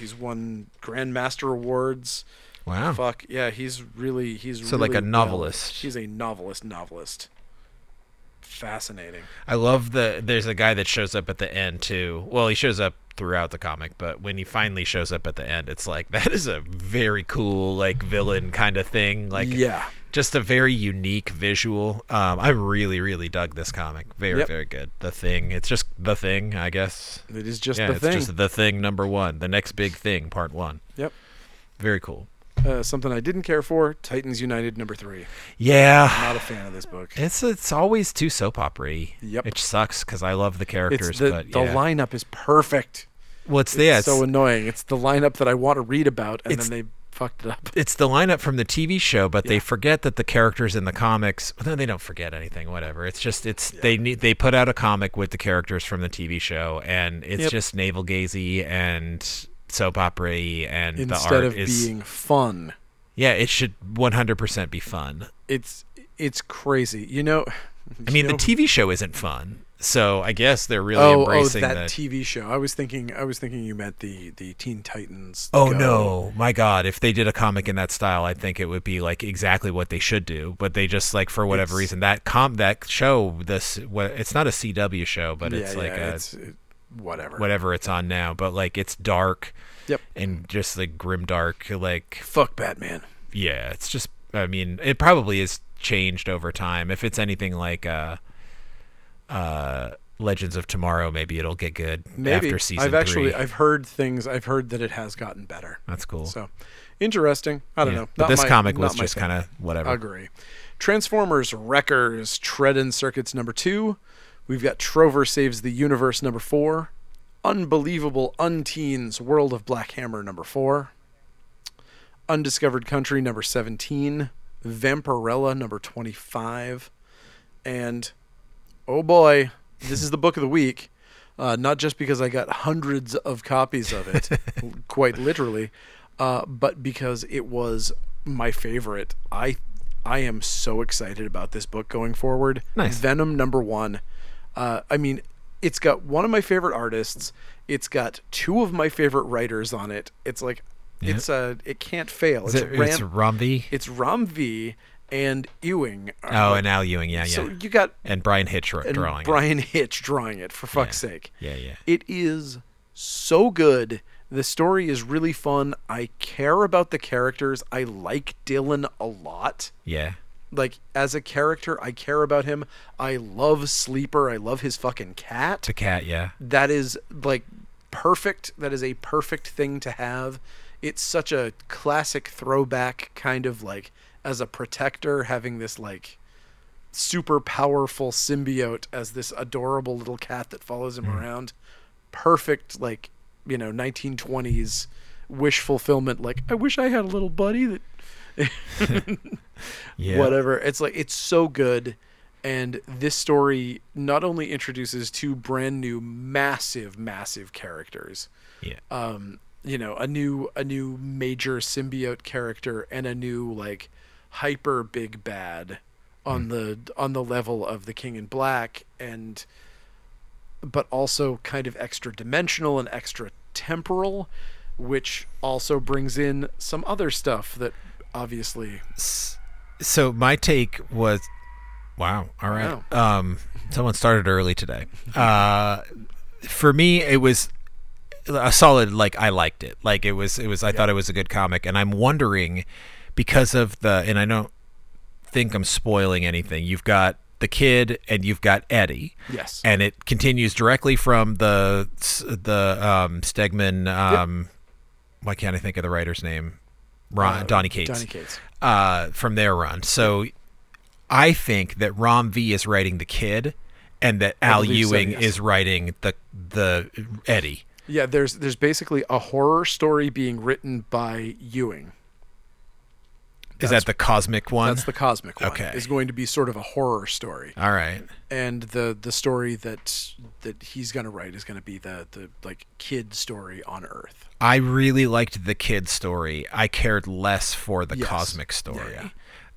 Speaker 1: he's won Grandmaster awards.
Speaker 2: Wow.
Speaker 1: Fuck yeah, he's really he's
Speaker 2: So, like,
Speaker 1: really
Speaker 2: a novelist.
Speaker 1: well- he's a novelist, novelist. Fascinating.
Speaker 2: I love the there's a guy that shows up at the end too. Well, he shows up throughout the comic, but when he finally shows up at the end, it's like [laughs] that is a very cool like villain kind of thing. Like
Speaker 1: yeah,
Speaker 2: just a very unique visual. Um, I really really dug this comic. Very
Speaker 1: Yep.
Speaker 2: very good. The thing. It's just the thing, I guess.
Speaker 1: it is just
Speaker 2: yeah,
Speaker 1: the
Speaker 2: it's
Speaker 1: thing.
Speaker 2: just the thing number one. The next big thing, part one.
Speaker 1: Yep.
Speaker 2: Very cool.
Speaker 1: Uh, something I didn't care for. Titans United number three.
Speaker 2: Yeah.
Speaker 1: Not a fan of this book.
Speaker 2: It's it's always too soap opery.
Speaker 1: Yep.
Speaker 2: It sucks because I love the characters,
Speaker 1: It's the,
Speaker 2: but
Speaker 1: the
Speaker 2: yeah.
Speaker 1: lineup is perfect.
Speaker 2: Well, it's, yeah, it's
Speaker 1: so annoying. It's the lineup that I want to read about, and
Speaker 2: It's-
Speaker 1: then they fucked it up.
Speaker 2: it's the lineup from the TV show, but they forget that the characters in the comics. Well, no, they don't forget anything. Whatever. It's just it's they need they put out a comic with the characters from the TV show, and it's
Speaker 1: Yep.
Speaker 2: just navel gazy and soap opera and the
Speaker 1: Instead
Speaker 2: art
Speaker 1: of
Speaker 2: is
Speaker 1: being fun,
Speaker 2: yeah. It should 100 percent be fun.
Speaker 1: it's it's crazy. You know,
Speaker 2: I
Speaker 1: [laughs] you
Speaker 2: mean,
Speaker 1: know-
Speaker 2: the TV show isn't fun, so I guess they're really
Speaker 1: oh oh
Speaker 2: embracing
Speaker 1: that
Speaker 2: the.
Speaker 1: TV show. I was thinking I was thinking you meant the the Teen Titans.
Speaker 2: Oh
Speaker 1: Go.
Speaker 2: no, my God! If they did a comic in that style, I think it would be like exactly what they should do. But they just like for whatever
Speaker 1: It's-
Speaker 2: reason that com that show this what it's not a CW show, but
Speaker 1: Yeah,
Speaker 2: it's like
Speaker 1: yeah,
Speaker 2: a,
Speaker 1: it's it, whatever.
Speaker 2: whatever it's on now. But like it's dark
Speaker 1: Yep.
Speaker 2: and just like grim dark. Like
Speaker 1: Fuck Batman.
Speaker 2: yeah, it's just I mean it probably is changed over time. If it's anything like uh uh Legends of Tomorrow, maybe it'll get good
Speaker 1: Maybe
Speaker 2: after season
Speaker 1: I've actually
Speaker 2: three.
Speaker 1: I've heard things. I've heard that it has gotten better.
Speaker 2: That's cool.
Speaker 1: So interesting. I don't
Speaker 2: Yeah.
Speaker 1: know.
Speaker 2: But
Speaker 1: Not
Speaker 2: this
Speaker 1: my-
Speaker 2: comic was
Speaker 1: not my
Speaker 2: just
Speaker 1: thing. Uh,
Speaker 2: kind of whatever.
Speaker 1: Agree. Transformers Wreckers Tread and Circuits number two. We've got Trover Saves the Universe number four. Unbelievable Unteens World of Black Hammer number four. Undiscovered Country number 17. Vampirella number 25. And oh boy, this is the book of the week. Uh, not just because I got hundreds of copies of
Speaker 2: [laughs]
Speaker 1: it, l- quite literally, uh, but because it was my favorite. I I am so excited about this book going forward.
Speaker 2: Nice.
Speaker 1: Venom number one. Uh, I mean, it's got one of my favorite artists. It's got two of my favorite writers on it. It's like
Speaker 2: Yeah.
Speaker 1: it's a it can't fail.
Speaker 2: Is
Speaker 1: it's
Speaker 2: it-
Speaker 1: Ram,
Speaker 2: it's Rumby.
Speaker 1: it's Ram V and Ewing. are-
Speaker 2: Oh, and Al Ewing, yeah, yeah.
Speaker 1: so you got
Speaker 2: and Brian Hitch drawing
Speaker 1: and
Speaker 2: drawing. it.
Speaker 1: Brian [laughs] Hitch drawing it for fuck's sake.
Speaker 2: Yeah, yeah.
Speaker 1: It is so good. The story is really fun. I care about the characters. I like Dylan a lot.
Speaker 2: Yeah.
Speaker 1: Like as a character, I care about him. I love Sleeper. I love his fucking cat.
Speaker 2: The cat, yeah.
Speaker 1: That is like perfect. That is a perfect thing to have. It's such a classic throwback kind of like as a protector having this like super powerful symbiote as this adorable little cat that follows him around. Perfect, like, you know, 1920s wish fulfillment. Like, I wish I had a little buddy that
Speaker 2: Yeah.
Speaker 1: whatever. It's like, it's so good. And this story not only introduces two brand new, massive, massive characters.
Speaker 2: yeah.
Speaker 1: Um, you know, a new, a new major symbiote character and a new like hyper big bad on
Speaker 2: Hmm.
Speaker 1: the on the level of the King in Black and but also kind of extra dimensional and extra temporal, which also brings in some other stuff that obviously
Speaker 2: S- so my take was wow, all right. Um someone started early today. Uh for me it was a solid like I liked it. Like it was it was I thought it was a good comic and I'm wondering because of the and I don't think I'm spoiling anything. You've got the kid and you've got Eddie.
Speaker 1: yes.
Speaker 2: and it continues directly from the the um, Stegman. Um, Why can't I think of the writer's name? Ron,
Speaker 1: Uh,
Speaker 2: Donny Cates.
Speaker 1: Donny Cates.
Speaker 2: Uh, from their run. So I think that Rom V is writing the kid, and that Al
Speaker 1: believe so,
Speaker 2: Ewing
Speaker 1: yes.
Speaker 2: is writing the the Eddie.
Speaker 1: Yeah, there's there's basically a horror story being written by Ewing.
Speaker 2: Is that the cosmic one?
Speaker 1: That's the cosmic one.
Speaker 2: Okay.
Speaker 1: Is going to be sort of a horror story,
Speaker 2: All right.
Speaker 1: and the the story that that he's gonna write is gonna be the the like kid story on Earth.
Speaker 2: I really liked the kid story. I cared less for the
Speaker 1: Yes.
Speaker 2: cosmic story.
Speaker 1: yeah.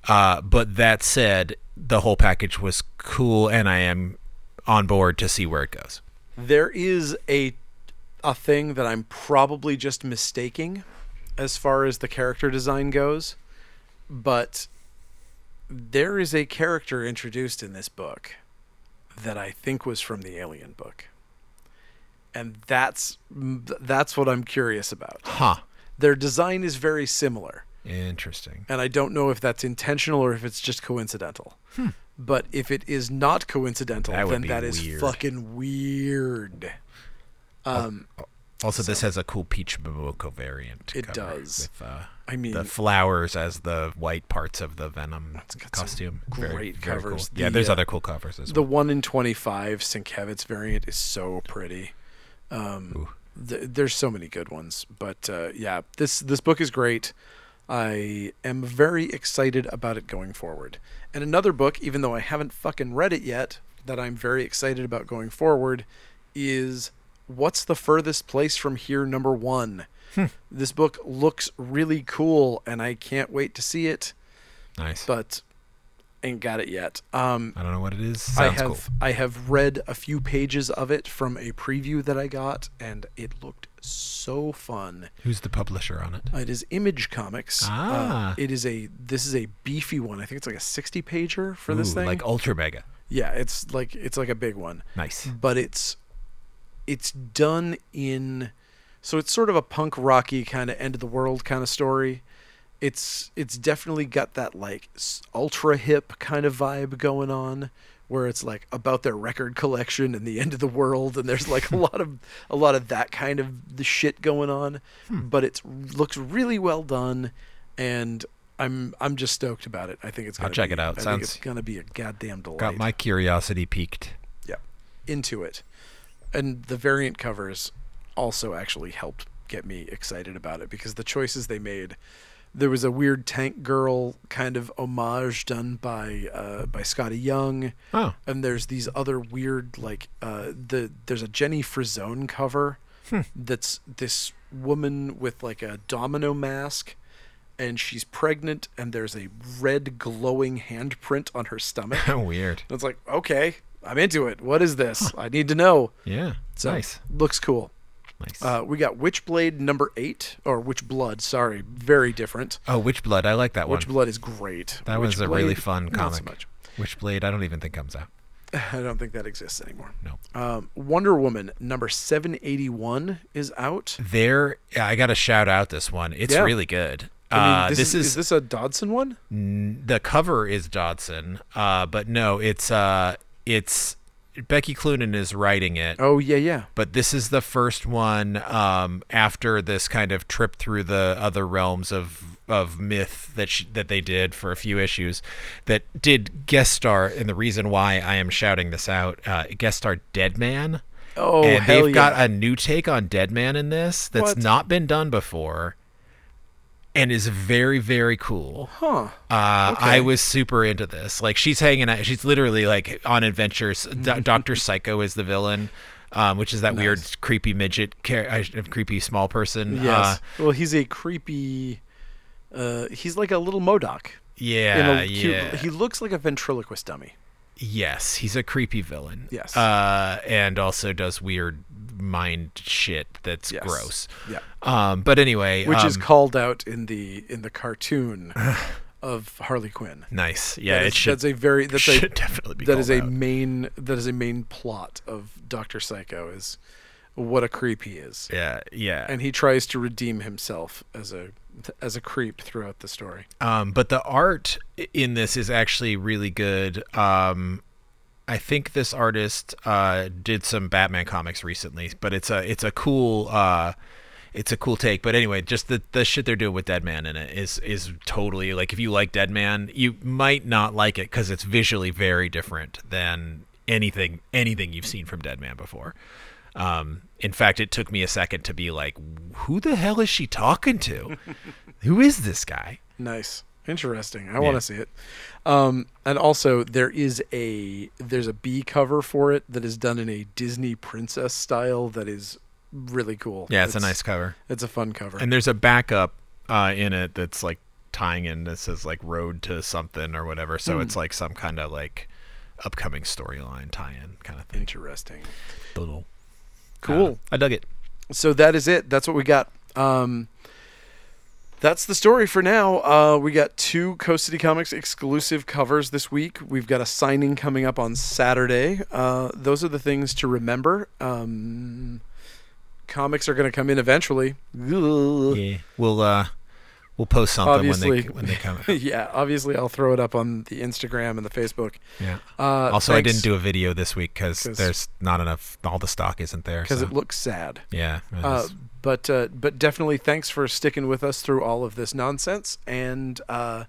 Speaker 2: Uh, but that said, the whole package was cool, and I am on board to see where it goes.
Speaker 1: There is a a thing that I'm probably just mistaking as far as the character design goes, but there is a character introduced in this book that I think was from the Alien book. And that's that's what I'm curious about.
Speaker 2: Huh.
Speaker 1: Their design is very similar,
Speaker 2: Interesting.
Speaker 1: and I don't know if that's intentional or if it's just coincidental. But if it is not coincidental,
Speaker 2: Hmm. That would
Speaker 1: then
Speaker 2: be
Speaker 1: that is
Speaker 2: weird.
Speaker 1: fucking weird.
Speaker 2: Also, this has a cool peach momoko variant.
Speaker 1: It
Speaker 2: cover
Speaker 1: does.
Speaker 2: With, uh,
Speaker 1: I mean,
Speaker 2: the flowers as the white parts of the Venom
Speaker 1: got some
Speaker 2: costume.
Speaker 1: great covers.
Speaker 2: Cool. yeah,
Speaker 1: The,
Speaker 2: there's
Speaker 1: uh,
Speaker 2: other cool covers as
Speaker 1: the
Speaker 2: well.
Speaker 1: one in 25 Sienkiewicz variant is so pretty. Um,
Speaker 2: Ooh.
Speaker 1: Th- there's so many good ones, but uh, yeah, this this book is great. I am very excited about it going forward. And another book, even though I haven't fucking read it yet, that I'm very excited about going forward is What's the Furthest Place from Here, number one. This book looks really cool, and I can't wait to see it,
Speaker 2: Nice.
Speaker 1: but ain't got it yet. Um,
Speaker 2: I don't know what it is.
Speaker 1: I
Speaker 2: Sounds
Speaker 1: have
Speaker 2: cool.
Speaker 1: I have read a few pages of it from a preview that I got, and it looked so fun.
Speaker 2: Who's the publisher on it?
Speaker 1: It is Image Comics. Uh,
Speaker 2: Ah.
Speaker 1: it is a this is a beefy one. I think it's like a sixty pager for this
Speaker 2: Ooh,
Speaker 1: thing.
Speaker 2: Like Ultra Mega.
Speaker 1: yeah, it's like it's like a big one,
Speaker 2: Nice.
Speaker 1: but it's it's done in so it's sort of a punk rocky kind of end of the world kind of story. It's it's definitely got that like s- ultra hip kind of vibe going on where it's like about their record collection and the end of the world and there's
Speaker 2: [laughs]
Speaker 1: like a lot of a lot of that kind of the shit going on
Speaker 2: Hmm.
Speaker 1: but it's looks really well done and I'm I'm just stoked about it. I think it's
Speaker 2: I'll
Speaker 1: gonna
Speaker 2: check
Speaker 1: be-
Speaker 2: it out.
Speaker 1: I think
Speaker 2: Sounds-
Speaker 1: it's gonna be a goddamn delight
Speaker 2: Got my curiosity piqued.
Speaker 1: yeah into it and the variant covers also actually helped get me excited about it because the choices they made there was a weird tank girl kind of homage done by uh, by Scotty Young
Speaker 2: Oh, [laughs]
Speaker 1: and there's these other weird like uh, the there's a Jenny Frizzone cover that's this woman with like a domino mask and she's pregnant and there's a red glowing handprint on her stomach
Speaker 2: weird.
Speaker 1: and it's like, okay, I'm into it. What is this? I need to know.
Speaker 2: Yeah.
Speaker 1: So,
Speaker 2: nice.
Speaker 1: Looks cool.
Speaker 2: Nice.
Speaker 1: Uh, we got Witchblade number eight, or Witchblood, sorry. Very different.
Speaker 2: oh, Witchblood. I like that one.
Speaker 1: Witchblood is great.
Speaker 2: That was a really fun
Speaker 1: not so
Speaker 2: comic.
Speaker 1: much. [laughs]
Speaker 2: Witchblade, I don't even think comes out.
Speaker 1: I don't think that exists anymore.
Speaker 2: Nope.
Speaker 1: Um, Wonder Woman number 781 is out.
Speaker 2: There, yeah, I got to shout out this one. It's
Speaker 1: Yeah.
Speaker 2: really good.
Speaker 1: I
Speaker 2: uh,
Speaker 1: mean,
Speaker 2: this, is,
Speaker 1: is this a Dodson one?
Speaker 2: n- the cover is Dodson, uh, but no, it's uh, it's Becky Cloonan is writing it.
Speaker 1: Oh, yeah, yeah.
Speaker 2: but this is the first one um, after this kind of trip through the other realms of of myth that she, that they did for a few issues that did guest star and the reason why I am shouting this out uh, guest star Deadman
Speaker 1: Oh,
Speaker 2: and
Speaker 1: hell
Speaker 2: they've
Speaker 1: yeah.
Speaker 2: got a new take on Deadman in this that's
Speaker 1: What?
Speaker 2: not been done before and is very very cool
Speaker 1: huh.
Speaker 2: uh,
Speaker 1: Okay.
Speaker 2: I was super into this. Like she's hanging out. She's literally like on adventures.
Speaker 1: Mm-hmm,
Speaker 2: Do- Doctor Psycho is the villain, um, which is that weird creepy midget, char- uh, creepy small person.
Speaker 1: Yes.
Speaker 2: Uh,
Speaker 1: well, he's a creepy. Uh, he's like a little Modoc. in
Speaker 2: yeah.
Speaker 1: a cute-
Speaker 2: Uh, yeah.
Speaker 1: He looks like a ventriloquist dummy.
Speaker 2: yes. He's a creepy villain.
Speaker 1: Yes.
Speaker 2: Uh, and also does weird mind shit that's
Speaker 1: Yes.
Speaker 2: gross.
Speaker 1: Yeah.
Speaker 2: Um, but anyway,
Speaker 1: Which is
Speaker 2: um,
Speaker 1: called out in the in the
Speaker 2: [sighs]
Speaker 1: cartoon of Harley Quinn.
Speaker 2: nice. Yeah.
Speaker 1: that is,
Speaker 2: it should,
Speaker 1: that's a very that's a
Speaker 2: [laughs] should definitely be
Speaker 1: that is
Speaker 2: called
Speaker 1: a
Speaker 2: out.
Speaker 1: main that is a main plot of Doctor Psycho is what a creep he is,
Speaker 2: Yeah. Yeah.
Speaker 1: and he tries to redeem himself as a as a creep throughout the story.
Speaker 2: Um, but the art i- in this is actually really good. Um, I think this artist uh, did some Batman comics recently, but it's a it's a cool uh, it's a cool take. But anyway, just the, the shit they're doing with Deadman in it is is totally like if you like Deadman, you might not like it because it's visually very different than anything anything you've seen from Deadman before. Um, in fact, it took me a second to be like, "Who the hell is she talking to? Who is this guy?"
Speaker 1: Nice. Interesting. I want to see it. Um, and also, there is a there's a B cover for it that is done in a Disney princess style that is really cool.
Speaker 2: Yeah, it's, a nice cover.
Speaker 1: It's a fun cover.
Speaker 2: And there's a backup uh, in it that's like tying in that says like road to something or whatever. So it's like some kind of like upcoming storyline tie-in kind of thing.
Speaker 1: Interesting.
Speaker 2: Little
Speaker 1: Cool.
Speaker 2: I dug it.
Speaker 1: Uh, so that is it. That's what we got. Um, that's the story for now. Uh, we got two Coast City Comics exclusive covers this week. We've got a signing coming up on Saturday. Uh, those are the things to remember. Um, comics are going to come in eventually.
Speaker 2: Yeah, we'll uh, we'll post something when
Speaker 1: Obviously.
Speaker 2: they when they [laughs] come.
Speaker 1: [laughs] yeah, obviously, I'll throw it up on the Instagram and the Facebook.
Speaker 2: Yeah.
Speaker 1: Uh,
Speaker 2: also, I didn't do a video this week because there's not enough. All the stock isn't there.
Speaker 1: because
Speaker 2: so-
Speaker 1: it looks sad.
Speaker 2: yeah. it
Speaker 1: Uh,
Speaker 2: is.
Speaker 1: but uh, but definitely thanks for sticking with us through all of this nonsense and uh,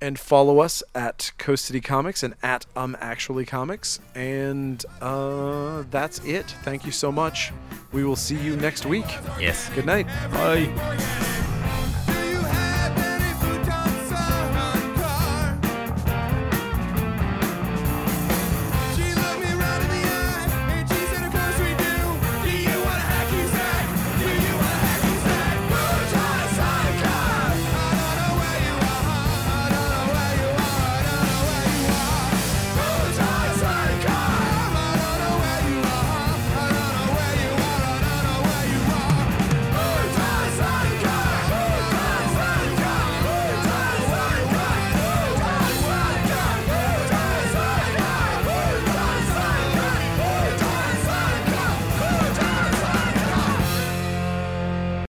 Speaker 1: and follow us at Coast City Comics and at Um Actually Comics and uh, that's it. Thank you so much. We will see you next week.
Speaker 2: yes.
Speaker 1: Good night.
Speaker 2: Bye.
Speaker 3: Bye.